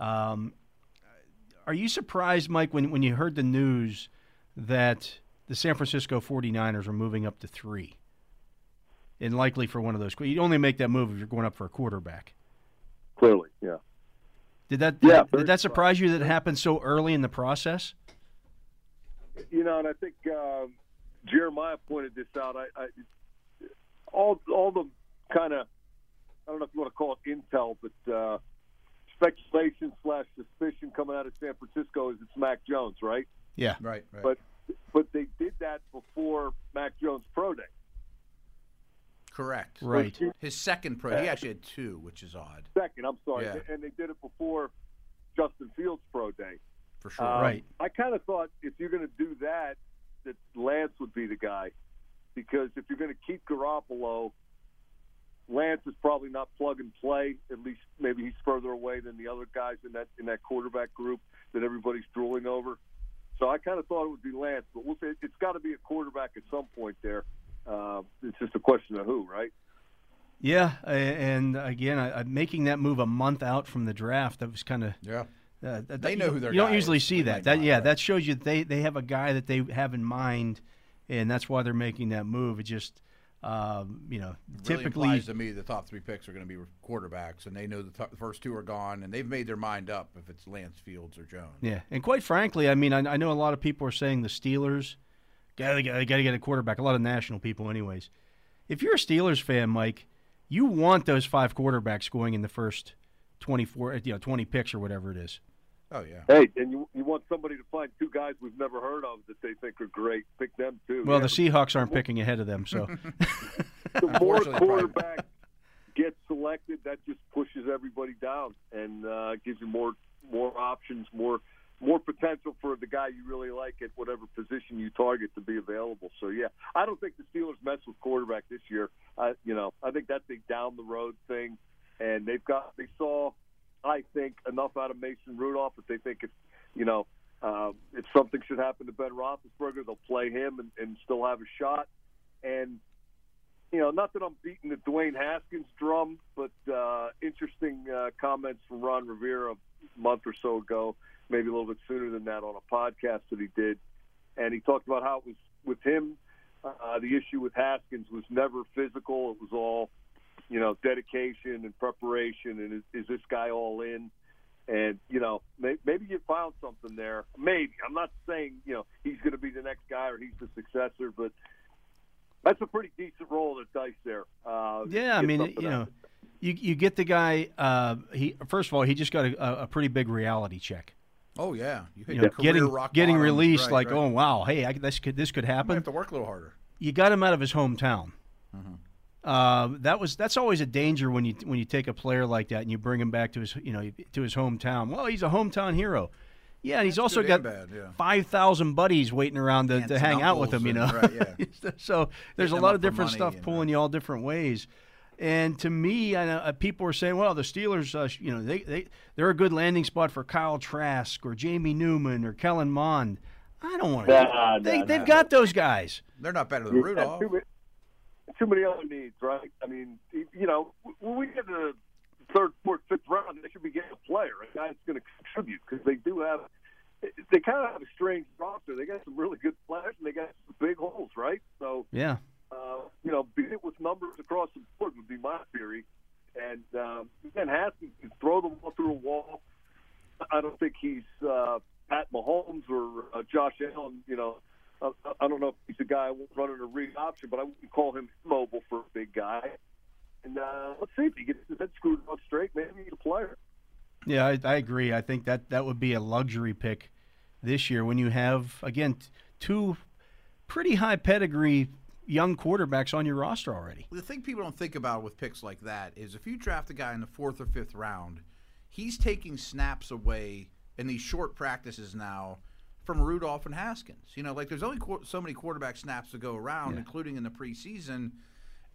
Um, are you surprised, Mike, when when you heard the news that the San Francisco 49ers are moving up to three, and likely for one of those? You only make that move if you're going up for a quarterback.
Clearly, yeah.
Did that
Yeah,
did
very
that surprise you that it happened so early in the process?
you know, and I think um, Jeremiah pointed this out. I, I all all the kind of I don't know if you want to call it intel, but uh, speculation slash suspicion coming out of San Francisco is it's Mac Jones, right?
Yeah.
right, right.
But but they did that before Mac Jones pro day.
Correct.
Right.
His second pro, he actually had two, which is odd
Second, I'm sorry,
Yeah.
and they did it before Justin Fields pro day.
for sure.
Um,
Right.
I kind of thought if you're going to do that, that Lance would be the guy, because if you're going to keep Garoppolo, Lance is probably not plug and play. At least maybe he's further away than the other guys in that in that quarterback group that everybody's drooling over. So I kind of thought it would be Lance, but we'll see. It's got to be a quarterback at some point there. Uh, it's just a question of who, right?
Yeah, a- and again, I, I- making that move a month out from the draft that was kind of
yeah.
uh, that-
They know
you-
who their
You don't
guy
usually
is.
see
They
that.
might
That
not,
yeah,
right.
that shows you they they have a guy that they have in mind, and that's why they're making that move. It just um, you know
Really
typically
implies to me the top three picks are going to be quarterbacks, and they know the, top, the first two are gone, and they've made their mind up if it's Lance Fields or Jones.
yeah. And quite frankly, I mean, I, I know a lot of people are saying the Steelers got to got to get a quarterback. A lot of national people, anyways. If you're a Steelers fan, Mike, you want those five quarterbacks going in the first twenty four, you know, twenty picks or whatever it is.
Oh yeah.
Hey, and you you want somebody to find two guys we've never heard of that they think are great. Pick them too.
Well,
Yeah,
the Seahawks aren't picking ahead of them, so
the more
Unfortunately, probably.
quarterback gets selected, that just pushes everybody down and uh, gives you more more options, more more potential for the guy you really like at whatever position you target to be available. So yeah, I don't think the Steelers mess with quarterback this year. I, you know, I think that's a down the road thing, and they've got they saw, I think enough out of Mason Rudolph that they think if you know um, if something should happen to Ben Roethlisberger, they'll play him and, and still have a shot. And you know, not that I'm beating the Dwayne Haskins drum, but uh, interesting uh, comments from Ron Rivera a month or so ago, maybe a little bit sooner than that, on a podcast that he did, and he talked about how it was with him. Uh, the issue with Haskins was never physical; it was all, you know, dedication and preparation. And is, is this guy all in? And you know, may, maybe you found something there. Maybe I'm not saying you know he's going to be the next guy or he's the successor, but that's a pretty decent roll of the dice there. Uh,
yeah, I mean, you know, you, you get the guy. Uh, he first of all, he just got a, a pretty big reality check.
Oh yeah, you hit
You know,
your career
getting
rock
getting
bottom.
released
Right,
like,
right.
oh wow, hey, I, this could this could
might
happen.
have to work a little harder.
You got him out of his hometown.
Mm-hmm.
Uh, that was that's always a danger when you when you take a player like that and you bring him back to his you know to his hometown. Well, he's a hometown hero. Yeah, and he's also
good and
got
bad, yeah.
five thousand buddies waiting around to,
Aunts
to
and
hang out with
uncles
him. You know,
and- right,
so there's
Hitting
a
him
lot
up
of
for
different
money
stuff
and-
pulling you all different ways. And to me, I know uh, people were saying, "Well, the Steelers, uh, sh- you know, they they they're a good landing spot for Kyle Trask or Jamie Newman or Kellen Mond." I don't want to.
Nah,
they,
nah,
they've
nah.
got those guys.
They're not better than Rudolph.
Too many, too many other needs, right? I mean, you know, when we get to the third, fourth, fifth round, they should be getting a player, a guy that's going to contribute because they do have. They kind of have a strange roster. They got some really good players and they got some big holes, right? So,
Yeah.
uh, you know, beat it with numbers across the board would be my theory. And um, Ben Haskins can throw the ball through a wall. I don't think he's uh, Pat Mahomes or uh, Josh Allen. You know, I, I don't know if he's a guy running a read option, but I wouldn't call him mobile for a big guy. And uh, let's see if he gets his head screwed on straight. Maybe he's a player.
Yeah, I, I agree. I think that that would be a luxury pick this year when you have again t- two pretty high pedigree young quarterbacks on your roster already.
The thing people don't think about with picks like that is if you draft a guy in the fourth or fifth round, he's taking snaps away in these short practices now from Rudolph and Haskins. You know, like there's only qu- so many quarterback snaps to go around, including in the preseason.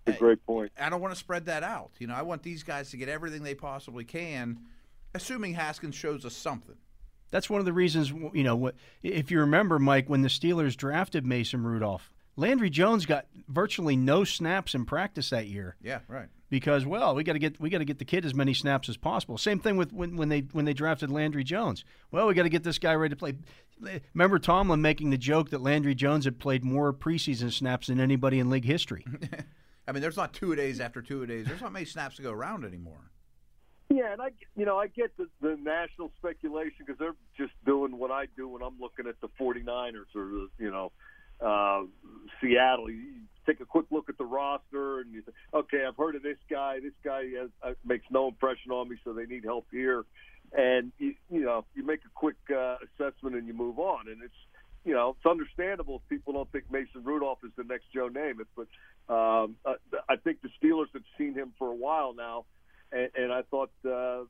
It's a great point.
I don't want to spread that out. You know, I want these guys to get everything they possibly can, assuming Haskins shows us something.
That's one of the reasons w- you know what if you remember Mike when the Steelers drafted Mason Rudolph, Landry Jones got virtually no snaps in practice that year
Yeah, right.
because well, we got to get we got to get the kid as many snaps as possible. Same thing with when, when they when they drafted Landry Jones. Well, we got to get this guy ready to play. Remember Tomlin making the joke that Landry Jones had played more preseason snaps than anybody in league history.
I mean, there's not two a days after two a days. There's not many snaps to go around anymore.
Yeah, and I, you know, I get the, the national speculation because they're just doing what I do when I'm looking at the 49ers or the, you know, uh, Seattle. You take a quick look at the roster and you say, okay, I've heard of this guy. This guy has, uh, makes no impression on me, so they need help here. And you, you know, you make a quick uh, assessment and you move on. And it's, you know, it's understandable if people don't think Mason Rudolph is the next Joe Namath, but um, I, I think the Steelers have seen him for a while now and, and I thought uh,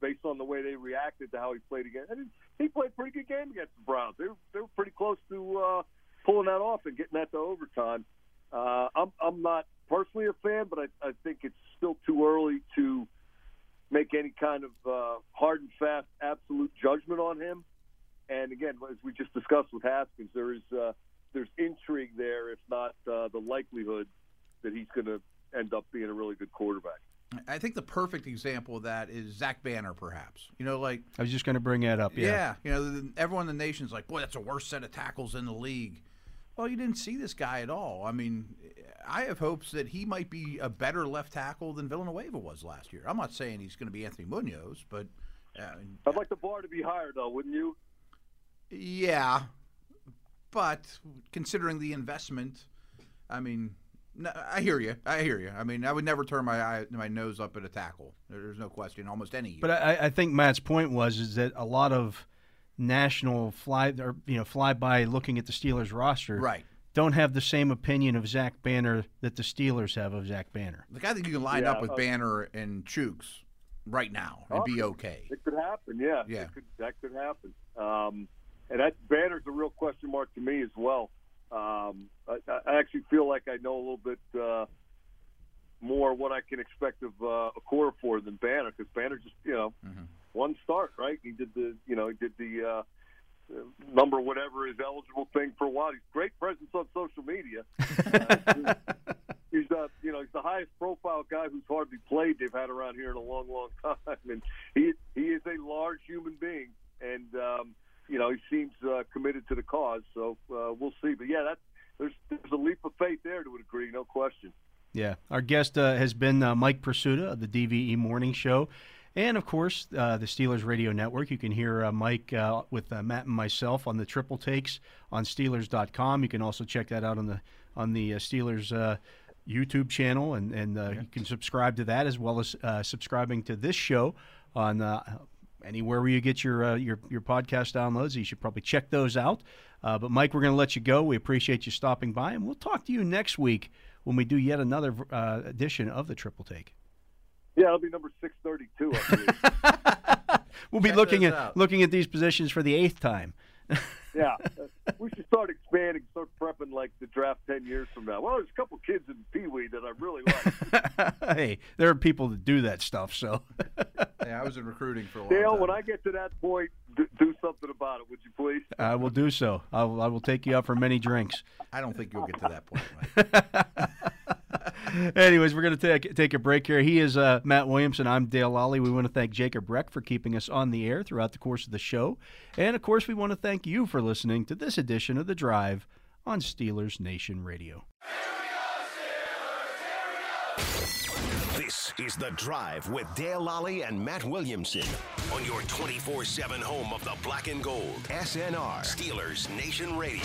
based on the way they reacted to how he played again, and he played a pretty good game against the Browns. They were, they were pretty close to uh, pulling that off and getting that to overtime. Uh, I'm I'm not personally a fan, but I, I think it's still too early to make any kind of uh, hard and fast absolute judgment on him. And again, as we just discussed with Haskins, there is uh, there's intrigue there, if not uh, the likelihood that he's going to end up being a really good quarterback.
I think the perfect example of that is Zach Banner, perhaps. You know, like
I was just going to bring that up. Yeah.
Yeah, you know, the, everyone in the nation's like, boy, that's the worst set of tackles in the league. Well, you didn't see this guy at all. I mean, I have hopes that he might be a better left tackle than Villanueva was last year. I'm not saying he's going to be Anthony Munoz, but uh,
I'd like the bar to be higher, though, wouldn't you?
yeah. But considering the investment, I mean, no, I hear you. I hear you. I mean, I would never turn my eye, my nose up at a tackle. There's no question. Almost any. year.
But I, I think Matt's point was is that a lot of national fly or you know fly by looking at the Steelers roster
right.
don't have the same opinion of Zach Banner that the Steelers have of Zach Banner.
The guy that you can line
Yeah,
up with
uh,
Banner and Chooks right now and be okay.
It could happen, yeah.
Yeah.
It could, that could happen. Um, and that banner's a real question mark to me as well. Um, I, I actually feel like I know a little bit uh, more what I can expect of uh, a quarter for than Banner because Banner just, you know, one start, right? He did the, you know, he did the uh, number whatever is eligible thing for a while. He's great presence on social media. Uh, he's uh, you know he's the highest profile guy who's hardly played they've had around here in a long, long time, and he he is a large human being, and um, you know he seems uh, committed to the cause. So uh, we'll see, but yeah, that there's there's a leap of faith there to a degree, no question.
Yeah. Our guest uh, has been uh, Mike Pursuta of the DVE Morning Show. And of course, uh, the Steelers Radio Network. You can hear uh, Mike uh, with uh, Matt and myself on the Triple Takes on Steelers.com. You can also check that out on the on the uh, Steelers uh, YouTube channel, and and uh, you can subscribe to that as well as uh, subscribing to this show on uh, anywhere where you get your uh, your your podcast downloads. You should probably check those out. Uh, but Mike, we're going to let you go. We appreciate you stopping by, and we'll talk to you next week when we do yet another uh, edition of the Triple Take.
Yeah, it'll be number six thirty two.
We'll be
Check
looking
those
at
out.
looking at these positions for the eighth time.
yeah, we should start expanding, start prepping like the draft ten years from now. Well, there's a couple kids in Pee Wee that I really like.
hey, there are people that do that stuff. So,
Yeah, I was in recruiting for a while.
Dale, when I get to that point, d- do something about it, would you please?
I will uh, do so. I will, I will take you out for many drinks.
I don't think you'll get to that point, Mike.
Anyways, we're going to take take a break here. He is uh, Matt Williamson. I'm Dale Lally. We want to thank Jacob Breck for keeping us on the air throughout the course of the show, and of course, we want to thank you for listening to this edition of the Drive on Steelers Nation Radio.
This is The Drive with Dale Lally and Matt Williamson on your 24 7 home of the black and gold. SNR, Steelers Nation Radio.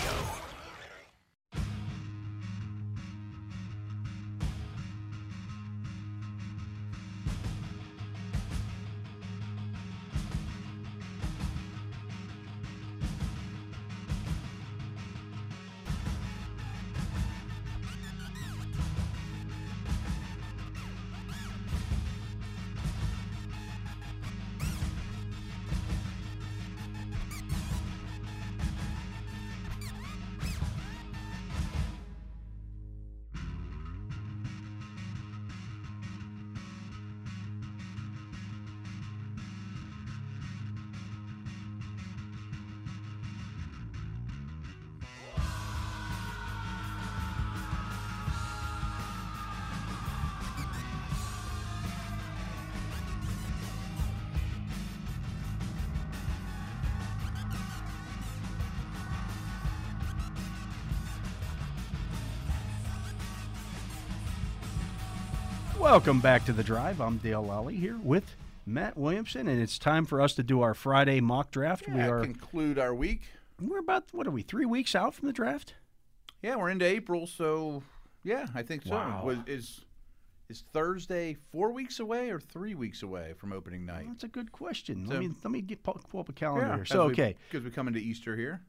Welcome back to the drive. I'm Dale Lally here with Matt Williamson, and it's time for us to do our Friday mock draft. we
Yeah,
are
conclude our week.
we're about what are we three weeks out from the draft?
Yeah, we're into April, so yeah, I think so.
Wow.
Was, is is Thursday four weeks away or three weeks away from opening night?
That's a good question.
So-
let me let me get pull, pull up a calendar here. So okay,
because we come into Easter here.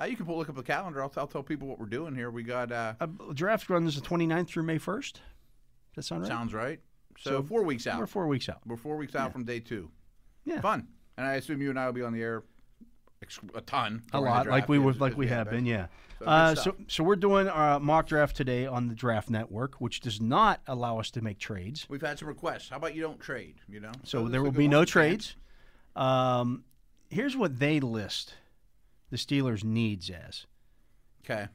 Uh, you can pull look up the calendar. I'll, I'll tell people what we're doing here. We got uh,
uh, draft runs the 29th through May 1st. Does that sound right?
sounds right. So,
So
four weeks out.
We're four weeks out.
We're four weeks out from day two.
Yeah.
Fun. And I assume you and I will be on the air ex- a ton.
a
during the
lot, like
draft
we
as-
would, like
as
we
head
have
back.
been, yeah. So,
good
uh, so,
stuff.
so we're doing our mock draft today on the Draft Network, which does not allow us to make trades.
We've had some requests. How about you don't trade? You know.
So
this
there
is Oh, a
will
good
be
one.
no
And
trades. Um, here's what they list the Steelers' needs as,
Okay.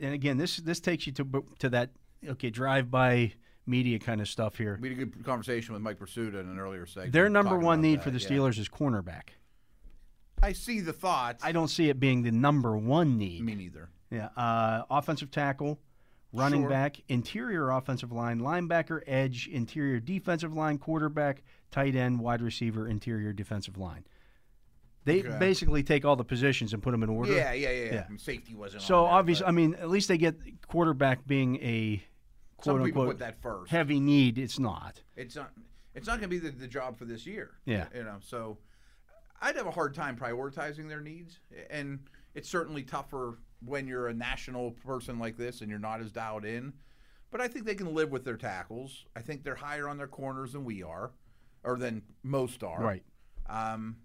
and again, this this takes you to to that okay drive by media kind of stuff here.
We had a good conversation with Mike Pursuta in an earlier segment.
Their number
talking
one
about
need
that,
for the
yeah.
Steelers is cornerback.
I see the thought.
I don't see it being the number one need.
Me neither.
Yeah, uh, offensive tackle, running
Sure.
back, interior offensive line, linebacker, edge, interior defensive line, quarterback, tight end, wide receiver, interior defensive line. They
Okay.
basically take all the positions and put them in order.
Yeah, yeah, yeah. yeah.
Yeah.
I mean, safety wasn't.
So
on there,
obviously,
but
I mean, at least they get quarterback being a
some
quote
people put
unquote
that first.
heavy need. It's not.
It's not. It's not going to be the, the job for this year.
Yeah.
You know. So I'd have a hard time prioritizing their needs, and it's certainly tougher when you're a national person like this and you're not as dialed in. But I think they can live with their tackles. I think they're higher on their corners than we are, or than most are.
Right.
Um,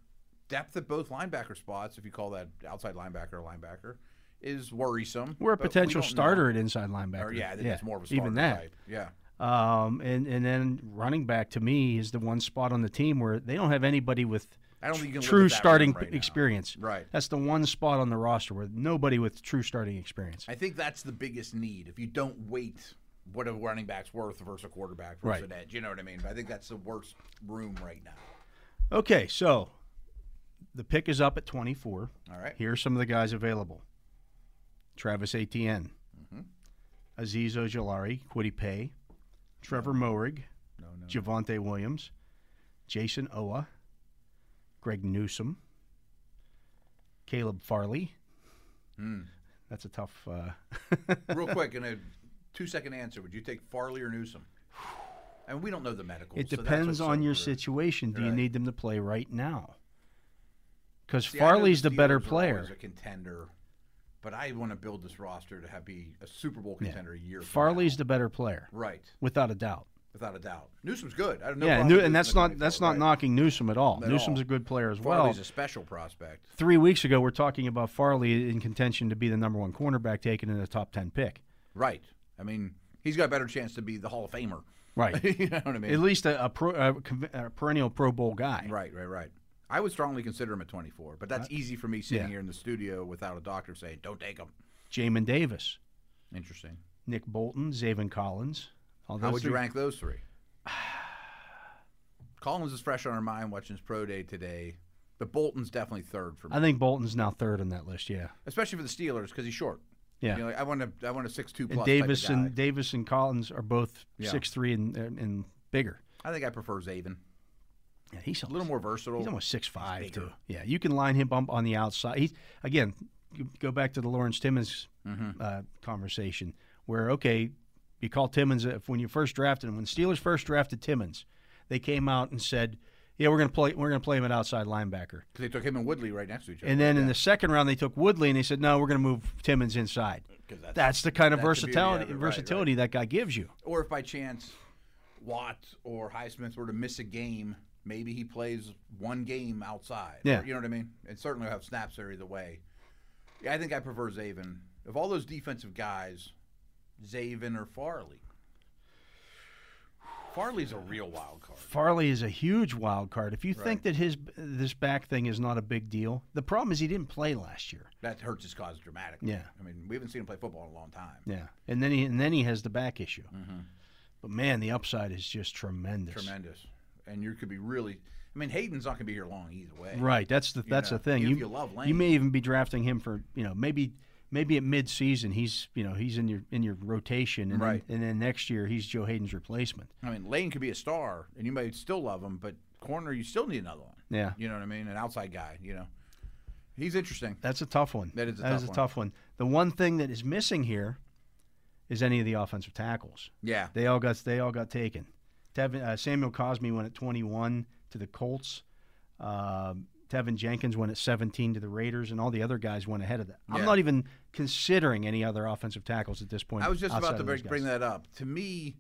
depth at both linebacker spots, if you call that outside linebacker or linebacker, is worrisome.
We're a
but we
potential
don't know.
starter at inside linebacker.
Or, yeah, I think it's more of a starter
even that.
type. Yeah.
Um, and and then running back to me is the one spot on the team where they don't have anybody with
I don't think you can live
true
with that
starting
room right now.
experience.
Right.
That's the one spot on the roster where nobody with true starting experience.
I think that's the biggest need. If you don't wait, what a running back's worth versus a quarterback versus
Right.
an edge. You know what I mean? But I think that's the worst room right now.
Okay, so the pick is up at 24.
All right.
Here are some of the guys available Travis Etienne,
Mm-hmm.
Aziz Ojolari, Quiddy Pay, Trevor Moerig,
No, no.
Javante Williams, Jason Owa, Greg Newsom, Caleb Farley.
Hmm.
That's a tough. Uh,
Real quick, in a two second answer, would you take Farley or Newsom? And we don't know the medical.
it depends on your situation. Do you
Right.
need them to play right now? Because
See, I know
Farley's the better
Steelers are always
player.
a contender, but I want to build this roster to have be a Super Bowl contender a year. from
Farley's
now.
the better player,
right,
without a doubt.
without a doubt. Newsom's good. I don't know.
yeah, and, New- and that's not that's not knocking Newsom at all.
At
Newsom's
all.
a good player as well.
Farley's a special prospect.
Three weeks ago, we're talking about Farley in contention to be the number one cornerback taken in the top ten pick.
Right. I mean, he's got a better chance to be the Hall of Famer.
Right.
you know what I
At
mean?
least a, a, pro, a, conv- a perennial Pro Bowl guy.
Right, right, right. I would strongly consider him at 24, but that's easy for me sitting
Uh, yeah.
here in the studio without a doctor saying, don't take him.
Jamin Davis,
Interesting.
Nick Bolton, Zaven Collins. All
How
those
would you
three-
rank those three? Collins is fresh on our mind watching his pro day today, but Bolton's definitely third for me,
I think Bolton's now third on that list. Yeah,
especially for the Steelers because he's short.
yeah.
You know, I want to, I want a six-two plus.
and
type of
Davis
guy.
and Davis and Collins are both
Yeah.
six three and and and bigger.
I think I prefer Zaven.
Yeah, he's
A little more versatile.
He's almost six five
bigger.
too. Yeah, you can line him up on the outside. He's again, g- go back to the Lawrence Timmons
Mm-hmm.
uh, conversation where okay, you call Timmons if when you first drafted him. When Steelers first drafted Timmons, they came out and said, "Yeah, we're gonna play. We're gonna play him at outside linebacker."
'Cause they took him and Woodley right next to each other.
And then in the second round, they took Woodley and they said, "No, we're gonna move Timmons inside."
'Cause that's-
That's, the kind of
that's the beauty of
versatility
it, right,
versatility that guy gives you.
or if by chance Watt or Highsmith were to miss a game, maybe he plays one game outside.
Yeah.
you know what I mean. And certainly have snaps there either way. Yeah, I think I prefer Zaven. Of all those defensive guys, Zaven or Farley. Farley's a real wild card.
Farley is a huge wild card. If you
Right.
think that his this back thing is not a big deal, the problem is he didn't play last year.
That hurts his cause dramatically.
Yeah.
I mean we haven't seen him play football in a long time.
Yeah, and then he and then he has the back issue. But man, the upside is just tremendous.
Mm-hmm. Tremendous, and you could be really. I mean Hayden's not going to be here long either way.
Right. That's the that's
know,
the thing.
even
You
if you love
you
Lane.
may even be drafting him for you know maybe maybe at mid season he's you know he's in your in your rotation and
Right.
then, and then next year he's Joe Hayden's replacement.
I mean Lane could be a star, and you may still love him, but corner you still need another one.
Yeah,
You know what I mean? An outside guy, you know. He's interesting.
that's a tough one.
That is a
that
tough
is
one.
The one thing that is missing here is any of the offensive tackles.
Yeah.
They all got they all got taken. Tevin, uh, Samuel Cosme went at 21 to the Colts. Um Tevin Jenkins went at 17 to the Raiders, and all the other guys went ahead of that. I'm
Yeah.
not even considering any other offensive tackles at this point.
I was just
outside
about to
of
bring,
those
bring
guys.
that up. To me,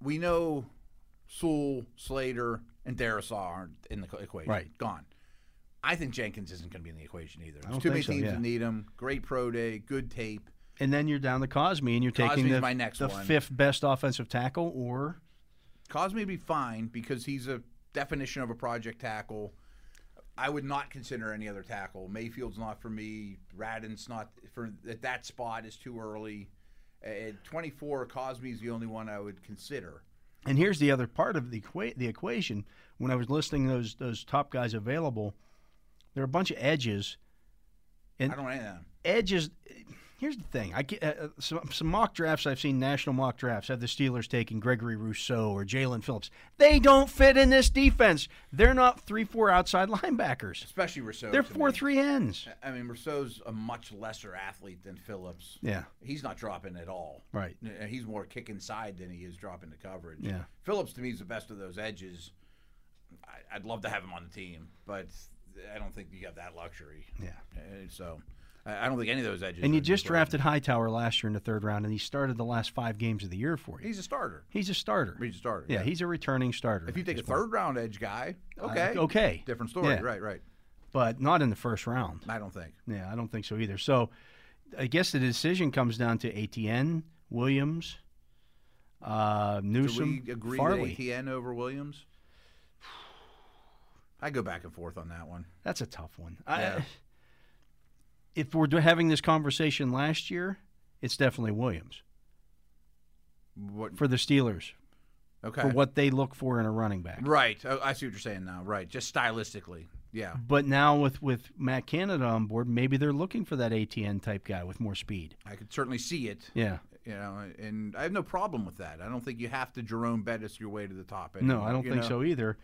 we know Sewell, Slater, and Darisaw aren't in the co- equation.
Right.
Gone. I think Jenkins isn't going to be in the equation either. There's
don't
too many
think so,
teams
yeah.
that need him. Great pro day, good tape.
And then you're down to Cosme, and you're taking
Cosme's
the,
my next
the
one.
fifth best offensive tackle, or
Cosme would be fine because he's a definition of a project tackle. I would not consider any other tackle. Mayfield's not for me. Radin's not for at that spot is too early. At 24, Cosme's the only one I would consider.
And here's the other part of the equa- the equation. When I was listing those those top guys available, there are a bunch of edges. And
I don't know any of them.
edges. Here's the thing: I get, uh, some, some mock drafts I've seen, national mock drafts, have the Steelers taking Gregory Rousseau or Jalen Phillips. They don't fit in this defense. They're not three-four outside linebackers.
especially Rousseau.
They're
to me.
four-three ends.
I mean, Rousseau's a much lesser athlete than Phillips.
Yeah,
He's not dropping at all.
right.
N- He's more kick inside than he is dropping to coverage.
Yeah.
Phillips to me is the best of those edges. I, I'd love to have him on the team, but I don't think you have that luxury.
Yeah.
Uh, so I I don't think any of those edges.
And
are
you just
broken.
drafted Hightower last year in the third round, and he started the last five games of the year for you.
He's a starter.
He's a starter.
He's a starter.
Yeah, he's a returning starter.
If you
at
take a
this point.
third round edge guy, okay,
Uh, okay.
different story.
Yeah.
Right, right.
but not in the first round.
I don't think.
Yeah, I don't think so either. So I guess the decision comes down to ATN, Williams, uh,
Do
Newsom,
we agree
Farley.
that ATN over Williams? I go back and forth on that one.
That's a tough one.
Yeah.
I, if we're do- having this conversation last year, it's definitely Williams
What?
for the Steelers
Okay.
for what they look for in a running back.
Right. Oh, I see what you're saying now. Right. Just stylistically. Yeah.
But now with with Matt Canada on board, maybe they're looking for that ATN type guy with more speed.
I could certainly see it.
Yeah.
You know, and I have no problem with that. I don't think you have to Jerome Bettis your way to the top.
No,
anymore,
I don't
you
think
know?
so either.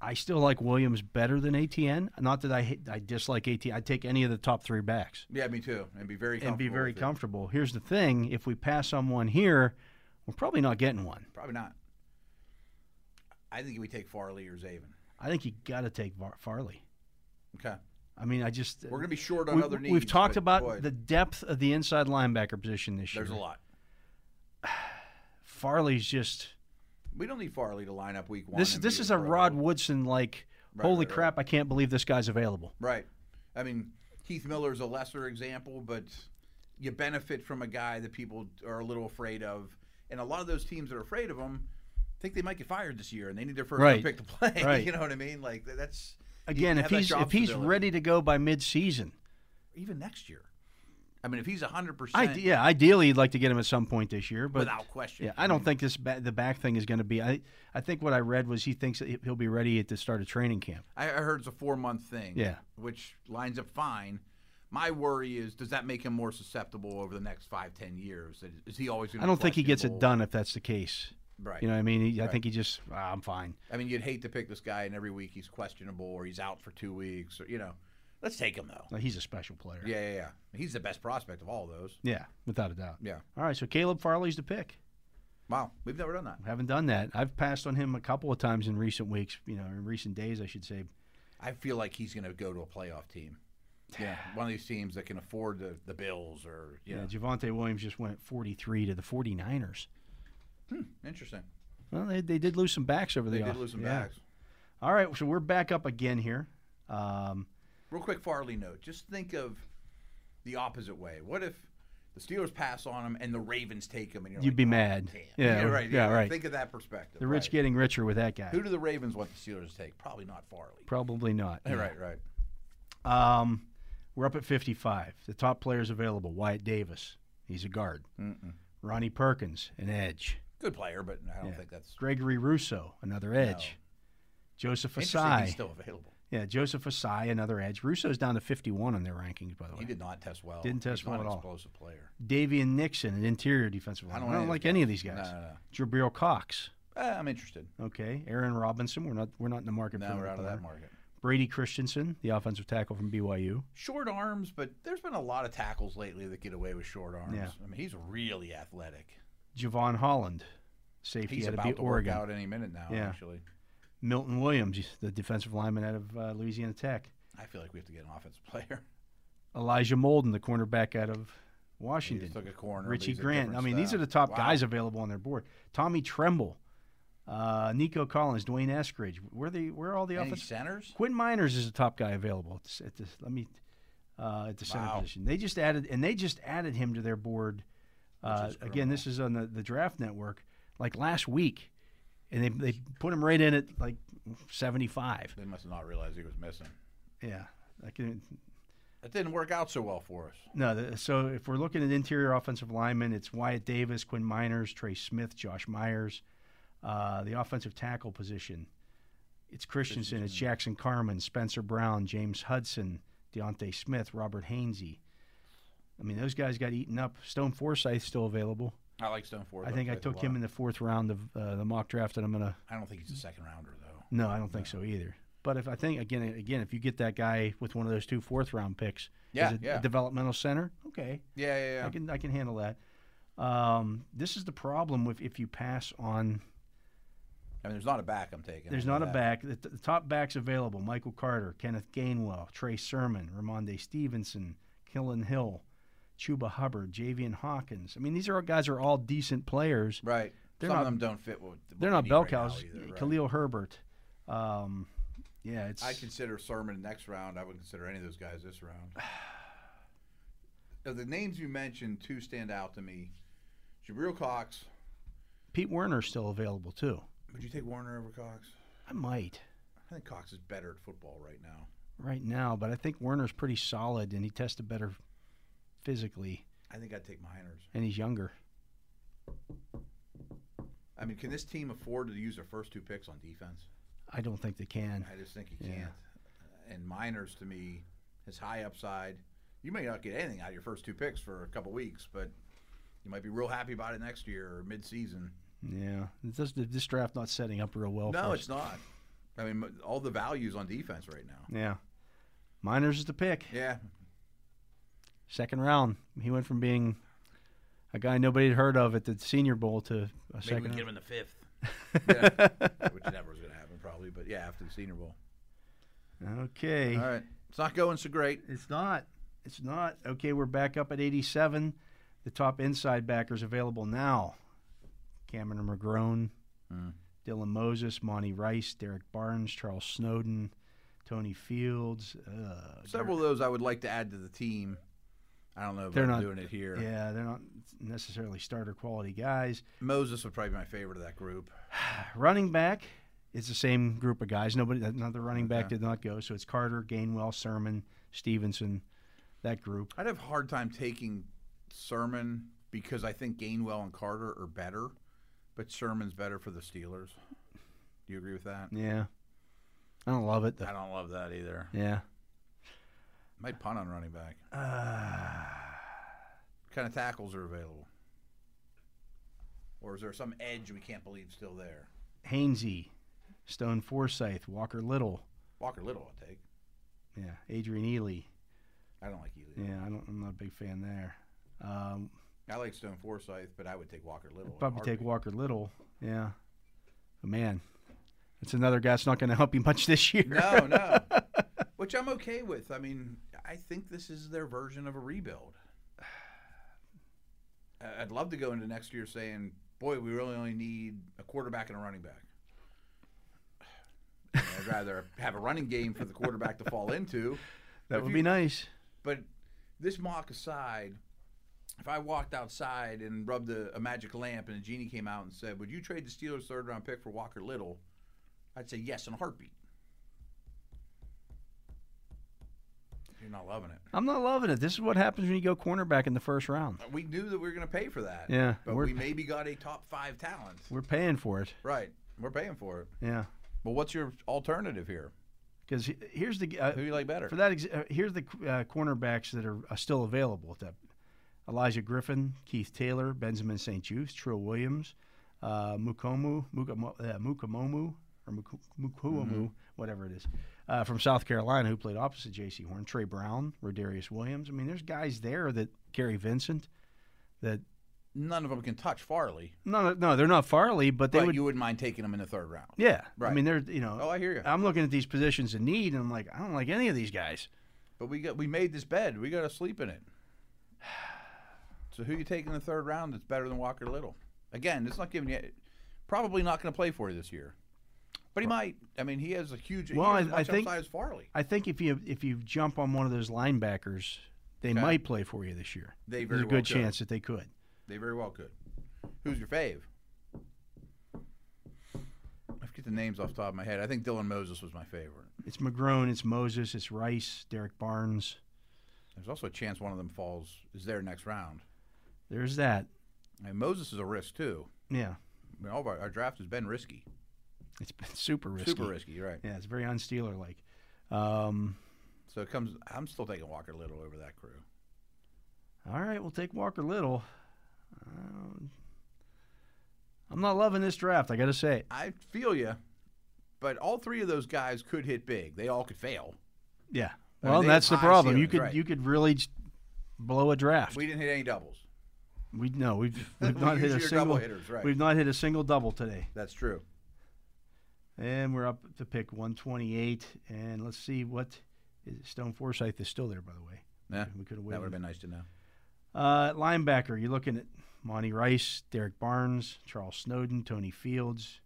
I still like Williams better than ATN. Not that I hate- I dislike ATN. I'd take any of the top three backs
Yeah, me too. And be very comfortable
and be very
with it.
comfortable. Here's the thing: if we pass on one here, we're probably not getting one.
Probably not. I think we take Farley or Zaven.
I think you got to take Var- Farley.
Okay.
I mean, I just
We're going to be short on
Uh, we-
other needs.
We've talked
but,
about
boy,
the depth of the inside linebacker position this year.
There's a lot.
Farley's just
We don't need Farley to line up week one.
this.
and
This
be
is a
incredible.
Rod Woodson like.
Right,
Holy
right, right.
crap! I can't believe this guy's available.
Right. I mean, Keith Miller's a lesser example, but you benefit from a guy that people are a little afraid of. And a lot of those teams that are afraid of him think they might get fired this year and they need their first round
Right.
pick to play.
Right.
You know what I mean? Like th- that's you
Again, if
have that
he's
job
if he's
stability.
ready to go by mid-season,
even next year. I mean, if he's 100%
I, yeah, ideally, you'd like to get him at some point this year, but
without question.
yeah, I don't think this ba- the back thing is going to be. I I think what I read was he thinks that he'll be ready at the start of training camp.
I I heard it's a four month thing.
Yeah.
Which lines up fine. My worry is, does that make him more susceptible over the next five, ten years? Is- Is he always going to
I don't think he gets it done if that's the case.
Right.
You know, what I mean, he, I think he just "Ah, I'm fine.
I mean, you'd hate to pick this guy, and every week he's questionable or he's out for two weeks. Or, you know, let's take him though.
Like, he's a special player.
Yeah, yeah, yeah. He's the best prospect of all those.
Yeah, without a doubt.
Yeah.
All right, so Caleb Farley's the pick.
Wow, we've never done that.
I haven't done that. I've passed on him a couple of times in recent weeks. You know, in recent days, I should say.
I feel like he's going to go to a playoff team. Yeah, one of these teams that can afford the, the Bills or you
Yeah,
know.
Javante Williams just went 43 to the 49ers.
Interesting.
Well, they, they did lose some backs over the
They
off-
did lose some
yeah.
backs.
All right, so we're back up again here. Um,
Real quick Farley note. Just think of the opposite way. What if the Steelers pass on him and the Ravens take him? And you're
You'd
like,
be
"Oh,
mad.
damn."
Yeah,
right.
yeah, right.
Think of that perspective.
the rich
right.
getting richer with that guy.
Who do the Ravens want the Steelers to take? Probably not Farley.
Probably not.
Right, right.
Um, we're up at 55. The top players available: Wyatt Davis, he's a guard. Ronnie Perkins, an edge.
Good player, but I don't
Yeah.
think that's
Gregory Russo, another edge. Joseph
interesting. He's
Asai,
still available.
yeah, Joseph Asai, another edge. Russo's down to 51 on their rankings, by the way.
He did not test well.
Didn't test
He's not
well at all.
An explosive player.
Davian Nixon, an interior defensive
I
lineman.
don't
I don't,
know
like
these
any
guys.
of these guys.
No, no, no.
Jabril Cox,
Uh, I'm interested.
okay. Aaron Robinson, we're not we're not in the market
Now
for
we're
him.
out of that market.
Brady Christensen, the offensive tackle from BYU.
Short arms, but there's been a lot of tackles lately that get away with short arms.
Yeah.
I mean, he's really athletic.
Javon Holland, safety
He's
out
about
of B-
to work
Oregon.
out any minute now.
Yeah.
Actually,
Milton Williams, the defensive lineman out of uh, Louisiana Tech.
I feel like we have to get an offensive player.
Elijah Molden, the cornerback out of
He
Washington.
just took a corner. but
Richie
he's a
Grant. I
different
mean, these are
style.
the top
Wow.
guys available on their board. Tommy Tremble, uh, Nico Collins, Dwayne Eskridge. Where the where are all the
Any
offensive?
centers?
Quinn Miners is the top guy available at the, at the let me uh, at the center
Wow.
position. They just added and they just added him to their board. Uh,
is
again, this is on the, the draft network, like last week, and they they put him right in at like seventy five.
They must have not realized he was missing.
Yeah, I can,
That didn't work out so well for us.
no. th- So if we're looking at interior offensive linemen, it's Wyatt Davis, Quinn Miners, Trey Smith, Josh Myers. Uh, the offensive tackle position, it's Christensen, it's Jackson Carmen, Spencer Brown, James Hudson, Deontay Smith, Robert Hainsey. I mean, those guys got eaten up. Stone Forsythe still available.
I like Stone Forward.
I think I took him in the fourth round of uh, the mock draft, and I'm gonna.
I don't think he's a second rounder though.
No, I don't think so either. But if I think again, again, if you get that guy with one of those two fourth round picks,
Yeah,
as a,
yeah.
a developmental center, okay,
Yeah, yeah, yeah.
I can I can handle that. Um, this is the problem with if you pass on.
I mean, there's not a back I'm taking.
There's
I know
not a
that.
back. The, the top backs available: Michael Carter, Kenneth Gainwell, Trey Sermon, Ramonde Stevenson, Hillen Hill, Chuba Hubbard, Javian Hawkins. I mean, these are all guys are all decent players.
Right.
They're
Some
not-
of them don't fit. What, what
They're
we
not
need
bell
right now
cows.
either, right?
Khalil Herbert. Um, yeah, it's.
I consider Sermon next round. I wouldn't consider any of those guys this round. Of the names you mentioned, two stand out to me. Jabril Cox.
Pete Werner's still available too.
Would you take Warner over Cox?
I might
I think Cox is better at football right now.
right now, but I think Werner's pretty solid and he tested better physically
I think I'd take Miners.
and he's younger.
I mean, can this team afford to use their first two picks on defense?
I don't think they can.
I just think you
Yeah.
can't. Uh, And Miners, to me, is high upside. You may not get anything out of your first two picks for a couple weeks, but you might be real happy about it next year or mid-season.
Yeah, this, this draft not setting up real well.
No,
for us.
it's not. I mean, m- all the values on defense right now.
Yeah, Miners is the pick.
Yeah,
Second round, he went from being a guy nobody had heard of at the Senior Bowl to a
maybe we
second.
can get him in the fifth, Yeah. which never was going to happen probably. But yeah, after the Senior Bowl.
okay,
All right, it's not going so great.
it's not. It's not okay. We're back up at 87. The top inside backers available now: Cameron McGrone, Dylan Moses, Monty Rice, Derek Barnes, Charles Snowden, Tony Fields. Uh,
Several of those I would like to add to the team. I don't know if
They're
I'm
not-
doing it here.
Yeah, they're not necessarily starter quality guys.
Moses would probably be my favorite of that group.
Running back, it's the same group of guys. Nobody, another running back
Okay.
did not go. So it's Carter, Gainwell, Sermon, Stevenson, that group.
I'd have a hard time taking Sermon because I think Gainwell and Carter are better, but Sermon's better for the Steelers. Do you agree with that?
Yeah, I don't love it
I
though.
don't love that either.
Yeah,
Might punt on running back.
Uh,
what kind of tackles are available? Or is there some edge we can't believe still there?
Hainsey, Stone Forsythe, Walker Little.
Walker Little, I'll take.
Yeah, Adrian Ely.
I don't like Ely.
Yeah, I don't, I'm not a big fan there. Um,
I like Stone Forsythe, but I would take Walker Little. in a
probably take
heartbeat.
Walker Little. Yeah, but man, that's another guy that's not going to help you much this year.
No, no. Which I'm okay with. I mean, I think this is their version of a rebuild. I- I'd love to go into next year saying, boy, we really only need a quarterback and a running back. I'd rather have a running game for the quarterback to fall into.
that
If
would
you-
be nice.
But this mock aside, if I walked outside and rubbed a, a magic lamp and a genie came out and said, "Would you trade the Steelers' third round pick for Walker Little?" I'd say yes in a heartbeat. You're not loving it.
I'm not loving it. This is what happens when you go cornerback in the first round.
We knew that we were going to pay for that.
Yeah,
but
we're-
we maybe got a top five talent.
We're paying for it.
Right, we're paying for it.
Yeah,
But what's your alternative here?
because here's the uh,
Who do you like better?
for that ex- uh, here's the uh, cornerbacks that are uh, still available at that. Elijah Griffin, Keith Taylor, Benjamin St. Just, Trill Williams, uh, Mukomu, Mukamo, uh, Mukomomu, or Muku- Mukuomu, whatever it is, uh, from South Carolina, who played opposite J.C. Horn, Trey Brown, Rodarius Williams. I mean, there's guys there that Gary Vincent, that
None of them can touch Farley.
no, no, they're not Farley, but they
but
would,
you wouldn't mind taking him in the third round.
yeah. I
Right.
mean, they're you know,
Oh, I hear you.
I'm looking at these positions in need, and I'm like, I don't like any of these guys.
But we got we made this bed. We got to sleep in it. So who you taking in the third round that's better than Walker Little? Again, it's not giving you probably not going to play for you this year. But he might. I mean, he has a huge he
Well, I-
has as
I
much
think-
upside as Farley.
I think if you if you jump on one of those linebackers, they
Okay.
might play for you this year.
They
There's
very
a
well
good
could.
chance that they could.
They very well could. Who's your fave? I forget the names off the top of my head. I think Dylan Moses was my favorite.
It's McGrone, it's Moses, it's Rice, Derek Barnes.
There's also a chance one of them falls is there next round.
There's that.
I mean, Moses is a risk too.
Yeah,
I mean, all of our, our draft has been risky,
it's been super risky.
super risky, you're right?
Yeah, it's very unsteeler like. Um,
So it comes. I'm still taking Walker Little over that crew.
all right, we'll take Walker Little. Um, I'm not loving this draft. I got to say it.
I feel you, but all three of those guys could hit big. They all could fail.
Yeah.
I mean,
Well,
they
that's the
have high
problem. you
ceilings,
could
right.
you could really j- blow a draft.
We didn't hit any doubles.
We no, we've, we've
We
not hit a
usually are double
single.
hitters, right.
We've not hit a single double today,
That's true.
and we're up to pick 128. And let's see what is Stone Forsythe is still there, by the way.
Yeah,
We could have
that would have
waited.
been nice to know.
Uh, linebacker, you're looking at Monty Rice, Derek Barnes, Charles Snowden, Tony Fields,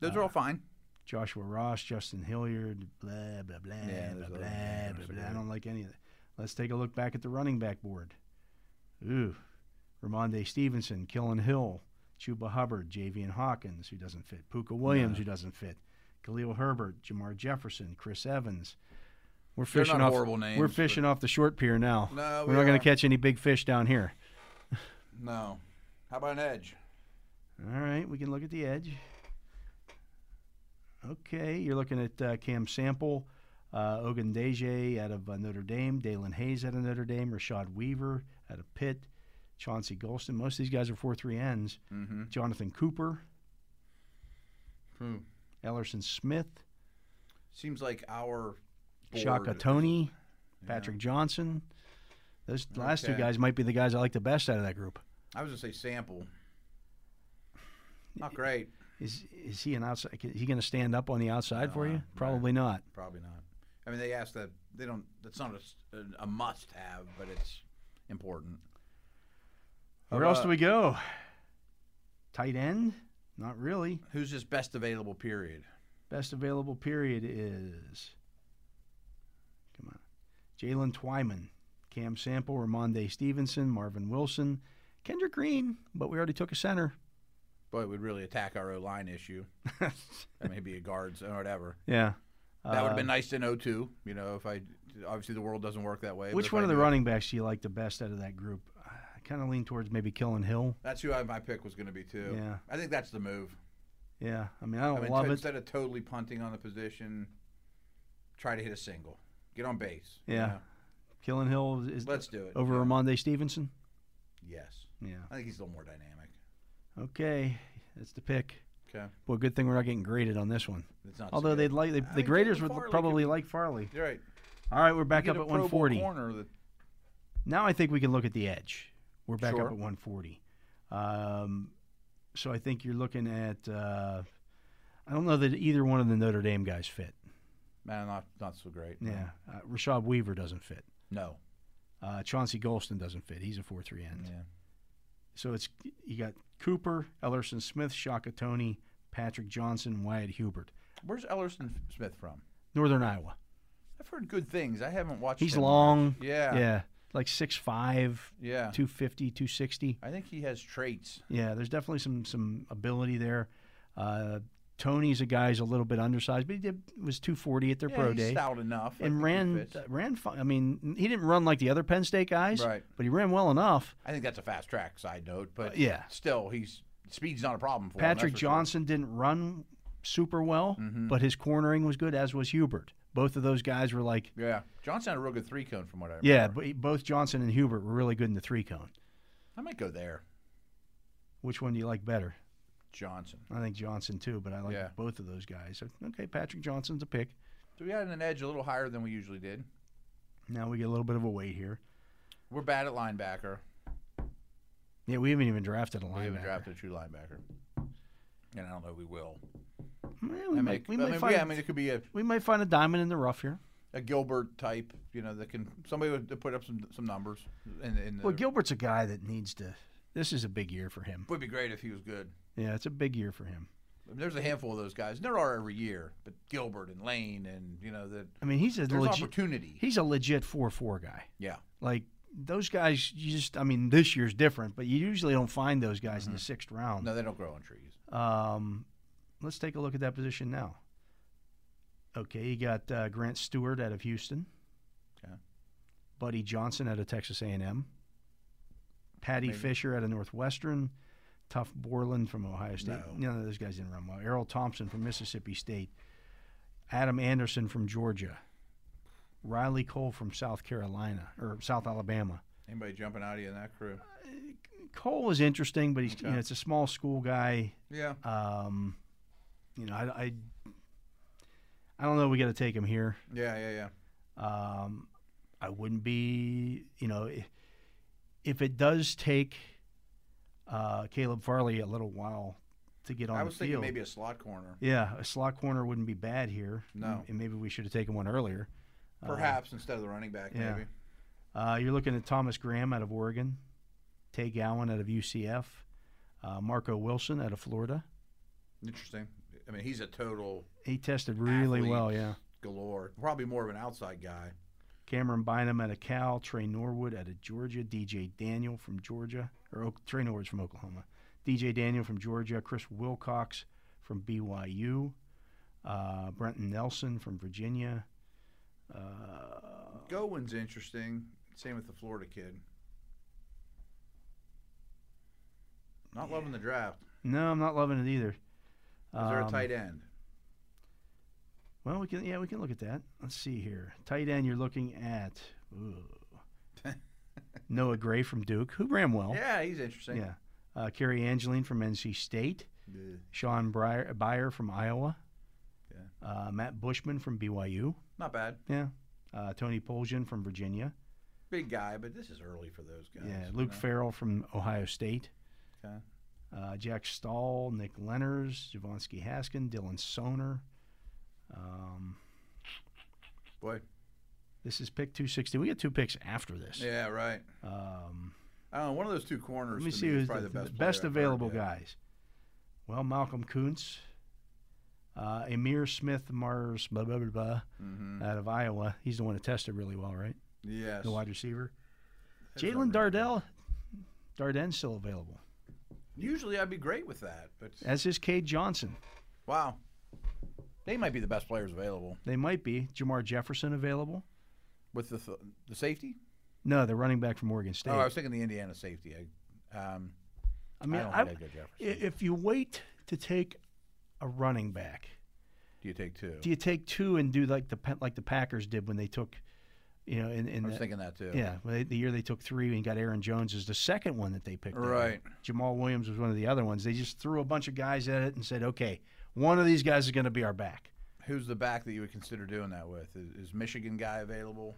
Those are all fine.
Joshua Ross, Justin Hilliard, blah blah blah
Yeah,
blah
there's a
blah,
lot of
blah,
names
blah
over
blah. I
there.
don't like any of that. Let's take a look back at the running back board. Ooh, Ramonde Stevenson, Killen Hill, Chuba Hubbard, Javian Hawkins, who doesn't fit, Puka Williams, who doesn't fit, Khalil Herbert, Jamar Jefferson, Chris Evans. We're
They're
fishing
not
off.
horrible
we're
names,
fishing off the short pier now.
No,
we're
we
not going
are.
to catch any big fish down here.
No. How about an edge?
All right, we can look at the edge. Okay, you're looking at uh, Cam Sample, uh, Ogundeje out of uh, Notre Dame, Dalen Hayes out of Notre Dame, Rashad Weaver out of Pitt, Chauncey Golston. Most of these guys are four three ends.
Mm-hmm.
Jonathan Cooper,
Hmm.
Ellerson Smith,
Seems like our board-
Shaka Tony, Patrick Johnson. Those last two
Okay.
guys might be the guys I like the best out of that group.
I was gonna say sample. Not great.
Is is he an outside? Is he going to stand up on the outside for
No,
you?
no.
Probably not.
Probably not. I mean, they asked that. They don't. That's not a s- a, a must-have, but it's important. How
Where else
about-
do we go? Tight end? Not really.
Who's his best available period?
Best available period is. Come on. Jalen Twyman, Cam Sample, Ramonde Stevenson, Marvin Wilson, Kendrick Green, but we already took a center.
Boy, it would really attack our O line issue. That may be a guards or whatever.
yeah.
That would
Uh,
have been nice to know too. You know, if I obviously the world doesn't work that way. but
Uh, Which
if
one
I
of the
knew-
running backs do you like the best out of that group? I kind of lean towards maybe Killen Hill.
That's who I, my pick was going to be too.
Yeah.
I think that's the move.
Yeah. I mean, I don't
I mean,
love
t-
it.
instead of totally punting on the position, try to hit a single, get on base. you
Yeah.
know?
Killen Hill is
Let's do it.
over
yeah.
Ramonde Stevenson.
Yes.
Yeah.
I think he's a little more dynamic.
Okay. That's the pick.
Okay.
Boy, good thing we're not getting graded on this one.
It's not so
Although
good.
they'd like they,
I
the
mean,
graders
Jalen
would
Farley
probably
could-
like Farley.
You're right.
All right, we're back
Get
up
a
at
Pro Bowl
140.
Corner that,
Now I think we can look at the edge. We're back
Sure.
up at 140. Um, so I think you're looking at. Uh, I don't know that either one of the Notre Dame guys fit.
man, not not so great. no.
Yeah, uh, Rashad Weaver doesn't fit.
No.
Uh, Chauncey Golston doesn't fit. He's a four-three end.
Yeah.
So it's you got Cooper, Ellerson Smith, Shaka Tony, Patrick Johnson, Wyatt Hubert,
Where's Ellerson Smith from?
Northern Iowa.
I've heard good things. I haven't watched.
He's
him much.
long.
Yeah.
Yeah, like 6'5",
Yeah.
250, 260.
I think he has traits.
Yeah, there's definitely some some ability there. Uh, Tony's a guy's a little bit undersized, but he did, was 240 at their
Yeah,
pro
he's
day
stout enough. I think
and
he
ran
fits.
uh, ran. fi- I mean, he didn't run like the other Penn State guys,
Right.
But he ran well enough.
I think that's a fast track side note, but
yeah.
still, he's speed's not a problem for him, that's
Patrick
for sure. Mm-hmm.
Johnson didn't run super well, but his cornering was good, as was Hubert. Both of those guys were like,
Yeah, Johnson had a real good three cone from what I remember.
yeah, but both Johnson and Hubert were really good in the three cone.
I might go there.
Which one do you like better?
Johnson.
I think Johnson too, but I like
Yeah.
both of those guys. So, okay, Patrick Johnson's a pick.
So we had an edge a little higher than we usually did.
Now we get a little bit of a wait here.
We're bad at linebacker.
Yeah, we haven't even drafted a linebacker.
We haven't drafted a true linebacker, and I don't know we will.
Well,
I
we,
mean,
might, we,
I
might
mean,
find,
yeah, I mean, it could be a,
we might find a diamond in the rough here.
a Gilbert type, you know, that can somebody would put up some some numbers. In, in the,
Well, Gilbert's a guy that needs to. This is a big year for him.
would be great if he was good.
Yeah, it's a big year for him.
I mean, there's a handful of those guys. And there are every year, but Gilbert and Lane, and you know that
I mean, he's a
there's
legit.
opportunity.
He's a legit four four guy.
yeah,
Like those guys, you just. I mean, this year's different, but you usually don't find those guys
Mm-hmm.
in the sixth round.
no, they don't grow on trees.
Um, let's take a look at that position now. Okay, you got uh, Grant Stewart out of Houston.
Okay.
Buddy Johnson out of Texas A&M. Patty
Maybe.
Fisher out of Northwestern. Tough Borland from Ohio State.
No.
None of those guys didn't run well. Errol Thompson from Mississippi State. Adam Anderson from Georgia. Riley Cole from South Carolina or South Alabama.
Anybody jumping out of you in that crew?
Cole is interesting, but he's you
Okay.
know it's a small school guy.
Yeah,
Um, you know, I, I, I don't know. We got to take him here.
yeah, yeah, yeah.
Um, I wouldn't be, you know, i- if it does take uh, Caleb Farley a little while to get on
I was
the
thinking
field.
maybe a slot corner,
yeah, a slot corner wouldn't be bad here.
No.
and maybe we should have taken one earlier.
perhaps instead of the running back.
Uh, yeah.
Maybe
Uh, you're looking at Thomas Graham out of Oregon, Tay Gowan out of UCF, uh, Marco Wilson out of Florida.
Interesting. I mean, he's a total
He tested really
athlete
well, yeah.
galore. Probably more of an outside guy.
Cameron Bynum out of Cal, Trey Norwood out of Georgia, DJ Daniel from Georgia, or Oak- Trey Norwood's from Oklahoma, DJ Daniel from Georgia, Chris Wilcox from BYU, uh, Brenton Nelson from Virginia. Uh,
Gowen's interesting. Same with the Florida kid. Not loving the draft.
no, I'm not loving it either.
Is there a
Um,
tight end?
Well, we can yeah, we can look at that. Let's see here. Tight end, you're looking at ooh. Noah Gray from Duke, who ran well.
Yeah, he's interesting.
yeah. Uh, Kerry Angeline from NC State.
Bleh.
Sean Breyer, Byer from Iowa.
Yeah.
Uh, Matt Bushman from BYU.
Not bad.
Yeah. Uh, Tony Poljan from Virginia.
Big guy, but this is early for those guys.
yeah.
you
Luke
know?
Farrell from Ohio State.
Okay.
Uh, Jack Stahl, Nick Lenners, Javonsky Haskin, Dylan Soner. Um,
Boy.
this is pick 260. We get two picks after this.
Yeah, right.
Um,
I don't know. One of those two corners.
let me
to
see
is
who's the,
probably
the best,
player I've heard
available
yet.
guys. Well, Malcolm Kuntz, uh, Emir Smith Mars, blah, blah, blah, blah,
Mhm.
out of Iowa. He's the one that tested really well, right?
Yes.
the wide receiver.
That's
Jalen
unreal.
Dardell, Darden's still available.
Usually I'd be great with that, but
As is Cade Johnson.
wow, they might be the best players available
They might be Jamar Jefferson available.
with the th- the safety.
No, the running back from Oregon State.
Oh, I was thinking the Indiana safety. I, um,
I mean,
I don't
I-
think I'd go
i-
Jefferson.
if you wait to take a running back,
do you take two?
do you take two and do like the Pa- like the Packers did when they took, you know, in, in
I was
the-
thinking that too.
yeah when they- the year they took three and got Aaron Jones is the second one that they picked. up.
Right.
Jamal Williams was one of the other ones. They just threw a bunch of guys at it and said, okay, one of these guys is going to be our back.
Who's the back that you would consider doing that with? Is, is Michigan guy available?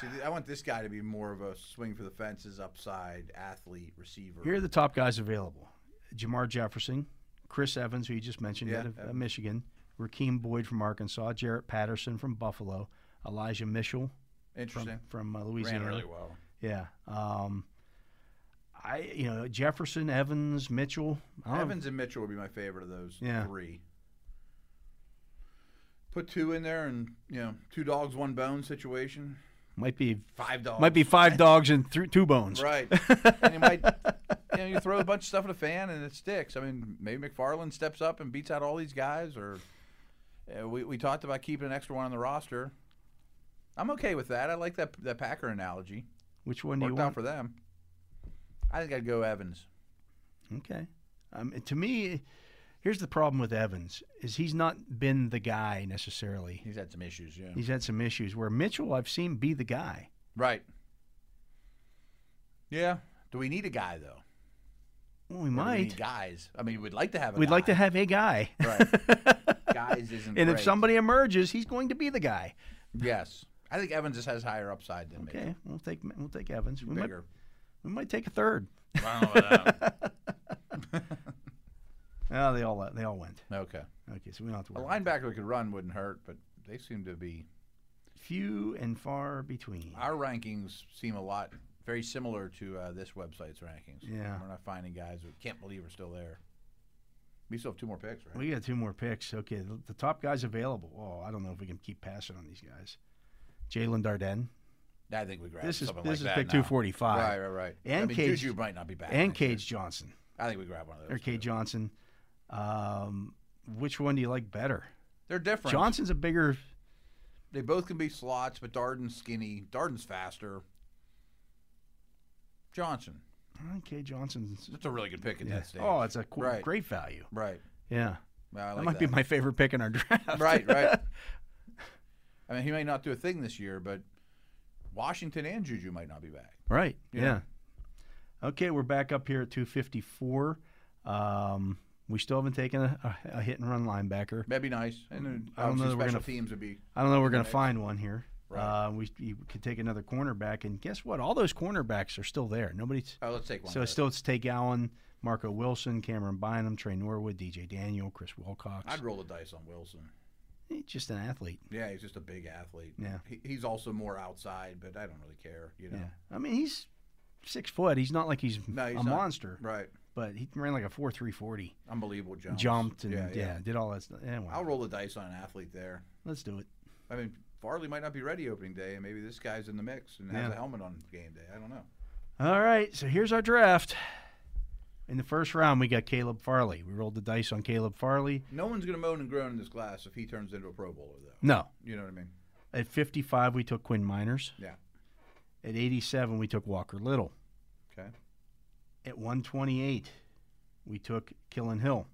See, th- I want this guy to be more of a swing for the fences, upside athlete, receiver.
Here are the top guys available: Jamar Jefferson, Chris Evans, who you just mentioned
Yeah,
out of uh,
Evans.
Michigan, Raheem Boyd from Arkansas, Jarrett Patterson from Buffalo, Elijah Mitchell from
Interesting.
from uh,
Ran
Louisiana.
really well.
Yeah. Um, I you know Jefferson, Evans, Mitchell. I don't know.
Evans and Mitchell would be my favorite of those
Um, Yeah.
three. Put two in there, and you know, two dogs, one bone situation.
might be
Five dogs
might be five dogs and three, two bones.
Right. and you might, you know, you throw a bunch of stuff at a fan and it sticks. I mean, maybe McFarland steps up and beats out all these guys, or uh, we, we talked about keeping an extra one on the roster. I'm okay with that. I like that that Packer analogy.
Which one do you
Worked out
want?
for them. I think I'd go Evans.
Okay. Um, to me, here's the problem with Evans is he's not been the guy necessarily.
He's had some issues, yeah.
He's had some issues where Mitchell I've seen be the guy.
Right. Yeah. Do we need a guy though?
Well, we
Or do we
might.
need guys. I mean, we'd like to have. a
We'd like to
guy.
have a guy.
Right. guys isn't.
and if
great.
somebody emerges, he's going to be the guy.
Yes, I think Evans just has higher upside than me.
Okay, we'll take we'll take Evans. We might,
Bigger.
we might take a third.
I don't know about that.
Oh, they all they all went.
okay.
Okay, so we don't have to
A
worry.
linebacker that could run wouldn't hurt, but they seem to be.
Few and far between.
Our rankings seem a lot very similar to uh, this website's rankings.
Yeah.
We're not finding guys we can't believe are still there. We still have two more picks, right?
We got two more picks. Okay, the, the top guys available. Oh, I don't know if we can keep passing on these guys. Jalen Darden.
I think we grabbed
This is
something
this
like
is
that
pick
now.
two forty
Right,
five.
right, right.
And
I mean,
Cage-
Juju might not be back.
And
next year.
Cage Johnson
I think we grab one of those.
or Cage Johnson. Um, which one do you like better?
They're different.
Johnson's a bigger.
They both can be slots, but Darden's skinny. Darden's faster. Johnson.
Okay, eh, Johnson's
That's a really good pick at
Yeah.
that stage.
Oh, it's a qu-
Right.
great value.
right.
Yeah.
Well, I
that
like
might be my favorite pick in our draft.
right, right. I mean, he may not do a thing this year, but Washington and Juju might not be back.
right. Yeah.
Yeah.
Okay, we're back up here at 254. Um, we still haven't taken a, a, a hit and run linebacker.
That'd be nice. And then
I don't know
obviously
that we're
special
gonna-
teams would be
I don't know if we're going to
Right.
find one here.
Right.
Uh, we, you could take another cornerback, and guess what? All those cornerbacks are still there. Nobody's.
oh, let's take one.
So
of
it's
those.
still it's Tay Gowan, Marco Wilson, Cameron Bynum, Trey Norwood, DJ Daniel, Chris Wilcox.
I'd roll the dice on Wilson.
He's just an athlete.
Yeah, he's just a big athlete.
Yeah.
He, he's also more outside, but I don't really care. You know.
Yeah. I mean, he's six foot. He's not like he's,
No, he's
a
not.
monster,
Right.
but he ran like a four three forty,
Unbelievable jump.
jumped and yeah, did all that stuff. Anyway,
I'll roll the dice on an athlete there.
let's do it.
I mean, Farley might not be ready opening day, and maybe this guy's in the mix and has
Yeah.
a helmet on game day. I don't know.
All right, so here's our draft. In the first round, we got Caleb Farley. We rolled the dice on Caleb Farley.
No one's going to moan and groan in this class if he turns into a Pro Bowler, though.
No,
You know what I mean?
at 55 we took Quinn Miners.
Yeah.
At 87 we took Walker Little.
Okay.
At 128 we took Killen Hill,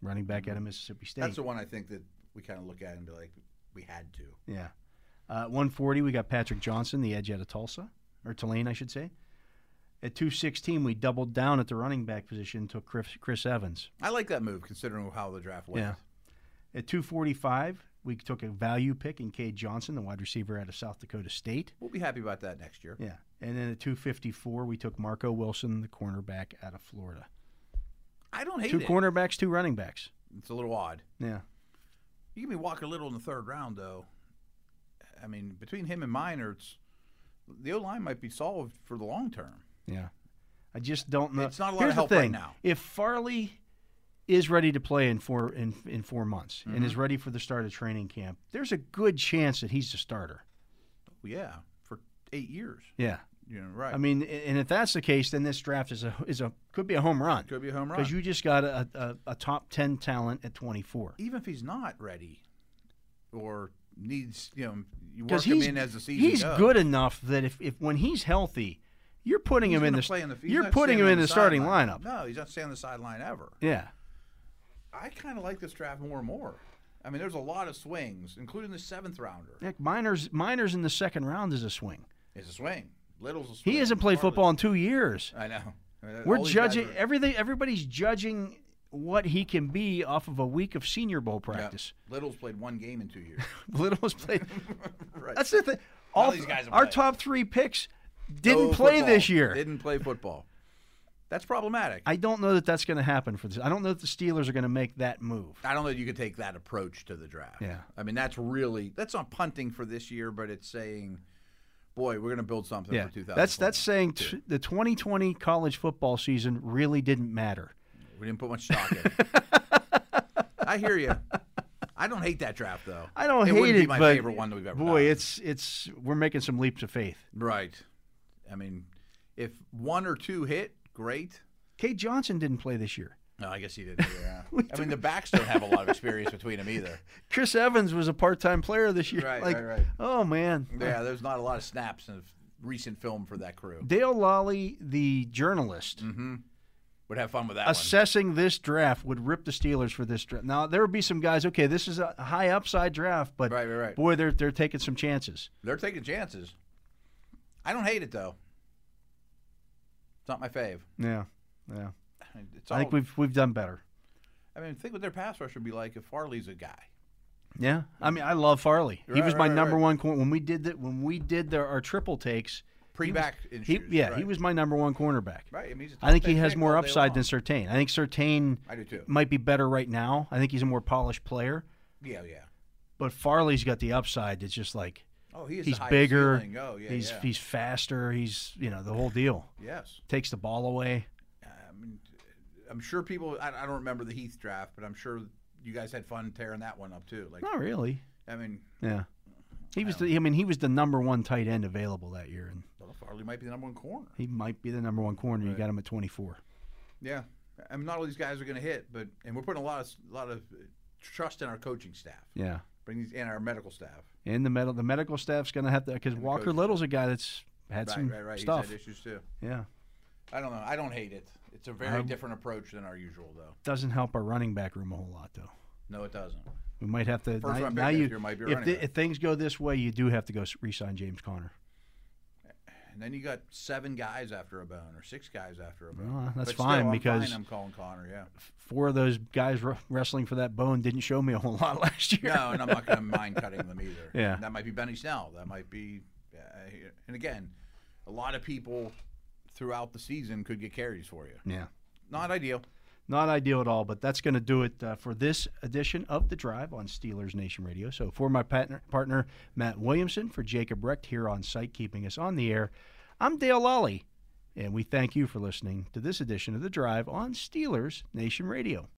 running back out of Mississippi State.
That's the one I think that we kind of look at and be like, we had to.
Yeah. Uh, 140, we got Patrick Johnson, the edge out of Tulsa, or Tulane, I should say. At 216, we doubled down at the running back position and took Chris, Chris Evans.
I like that move considering how the draft went.
Yeah. At 245, we took a value pick in Cade Johnson, the wide receiver out of South Dakota State.
We'll be happy about that next year.
Yeah. And then at 254, we took Marco Wilson, the cornerback out of Florida.
I don't hate
two
it.
cornerbacks, two running backs.
It's a little odd.
Yeah.
You give me Walker Little in the third round, though. I mean, between him and Minor, it's the O line might be solved for the long term.
Yeah. I just don't know.
It's not a lot of
Here's
help
the
right
thing.
now.
If Farley is ready to play in four in, in four months and
Mm-hmm.
is ready for the start of training camp, there's a good chance that he's the starter.
Oh, Yeah, for eight years.
Yeah.
You know, right?
I mean, and if that's the case, then this draft is a is a could be a home run
could be a home run.
because you just got a, a, a top ten talent at 24.
even if he's not ready or needs, you know, you work
Because
him
he's
in as the season
he's
goes.
good enough that if, if when he's healthy, you're putting
He's
him in
gonna
the,
play in the he's
you're
not
putting
standing
him
on
in the, starting
sideline.
lineup.
No, he's not staying on the sideline ever.
Yeah,
I kind of like this draft more and more. I mean, there's a lot of swings, including the seventh rounder.
Heck, Miners Miners in the second round is a swing.
It's a swing. Little's a swing.
He hasn't played
Farley-
football in two years.
I know. I mean,
We're
all these guys
judging
are-
everything. Everybody's judging what he can be off of a week of Senior Bowl
Yeah.
practice.
Little's played one game in two years.
Little was played.
right.
That's the thing. All
these guys have
our
played.
top three picks didn't
No
play
Oh, football.
this year.
Didn't play football. That's problematic. I,
I don't know that that's going to happen for this. I don't know that the Steelers are going to make that move.
don't know that you could take that approach to the draft.
Yeah.
I mean, that's really that's not punting for this year, but it's saying, boy, we're going to build something
Yeah,
for 2000.
that's that's saying t- the 2020 college football season really didn't matter.
we didn't put much stock in. it. I hear you. I don't hate that draft though.
I don't
it
hate
wouldn't
it,
be my
but
favorite one that we've ever
boy,
done.
it's it's we're making some leaps of faith.
right. I mean, if one or two hit, great.
Kate Johnson didn't play this year.
No, I guess he didn't. Either, huh? I mean, the backs don't have a lot of experience between them either.
Chris Evans was a part-time player this year.
Right,
like,
right, right.
Oh man,
Yeah, there's not a lot of snaps of recent film for that crew.
Dale Lally, the journalist,
Would have fun with Mm, that one.
assessing this draft would rip the Steelers for this draft. Now there would be some guys. Okay, this is a high upside draft, but
Right, right, right.
boy, they're they're taking some chances.
They're taking chances. I don't hate it though. It's not my fave.
Yeah, yeah.
I mean, It's all,
I
I,
think we've we've done better.
mean, think what their pass rush would be like if Farley's a guy.
Yeah, I mean, I love Farley. he
Right,
was my
right,
number
right.
one corner when we did that. When we did the, our triple takes,
Pre-back
he
issues,
yeah,
right.
he was my number one cornerback.
Right. I mean, he's a
I think
top
he
ten
has
pick
more
all day
upside
long.
than Sertain. I think Sertain
I do too.
might be better right now. I think he's a more polished player,
Yeah, yeah.
but Farley's got the upside. That's just like
Oh, he is the
he's
highest
bigger,
ceiling. Oh, yeah,
he's
yeah.
he's faster, he's you know the whole deal.
yes.
Takes the ball away.
I mean, I'm sure people. I, I don't remember the Heath draft, but I'm sure you guys had fun tearing that one up too. Like,
Not really.
I mean,
Yeah, he was. The, I mean, he was the number one tight end available that year, and
well, Farley might be the number one corner.
he might be the number one corner. You got him at twenty four.
Yeah, I mean, not all these guys are going to hit, but and we're putting a lot of a lot of uh, trust in our coaching staff,
Yeah.
bring these and our medical staff.
And the medical the medical staff's going to have to because Walker
coaching.
Little's a guy that's had
Right,
some
right, right.
stuff.
He's had issues too.
Yeah,
I don't know. I don't hate it. It's a very
Um,
different approach than our usual, though.
doesn't help our running back room a whole lot though.
No, it doesn't.
We might have to
First
now,
round
now
pick
you
next year might be a
if,
running
if things go this way, you do have to go s- re-sign James Conner.
And then you got seven guys after a bone, or six guys after a bone.
Well, that's
But still,
fine,
I'm
because-
fine, I'm calling Connor. Yeah.
Four of those guys wr- wrestling for that bone didn't show me a whole lot last year.
No, and I'm not going to mind cutting them either.
Yeah.
That might be Benny Snell. That might be, uh, and again, a lot of people throughout the season could get carries for you.
Yeah,
Not ideal.
not ideal at all, but that's going to do it uh, for this edition of The Drive on Steelers Nation Radio. So, for my partner, partner Matt Williamson, for Jacob Recht here on site, keeping us on the air, I'm Dale Lally, and we thank you for listening to this edition of The Drive on Steelers Nation Radio.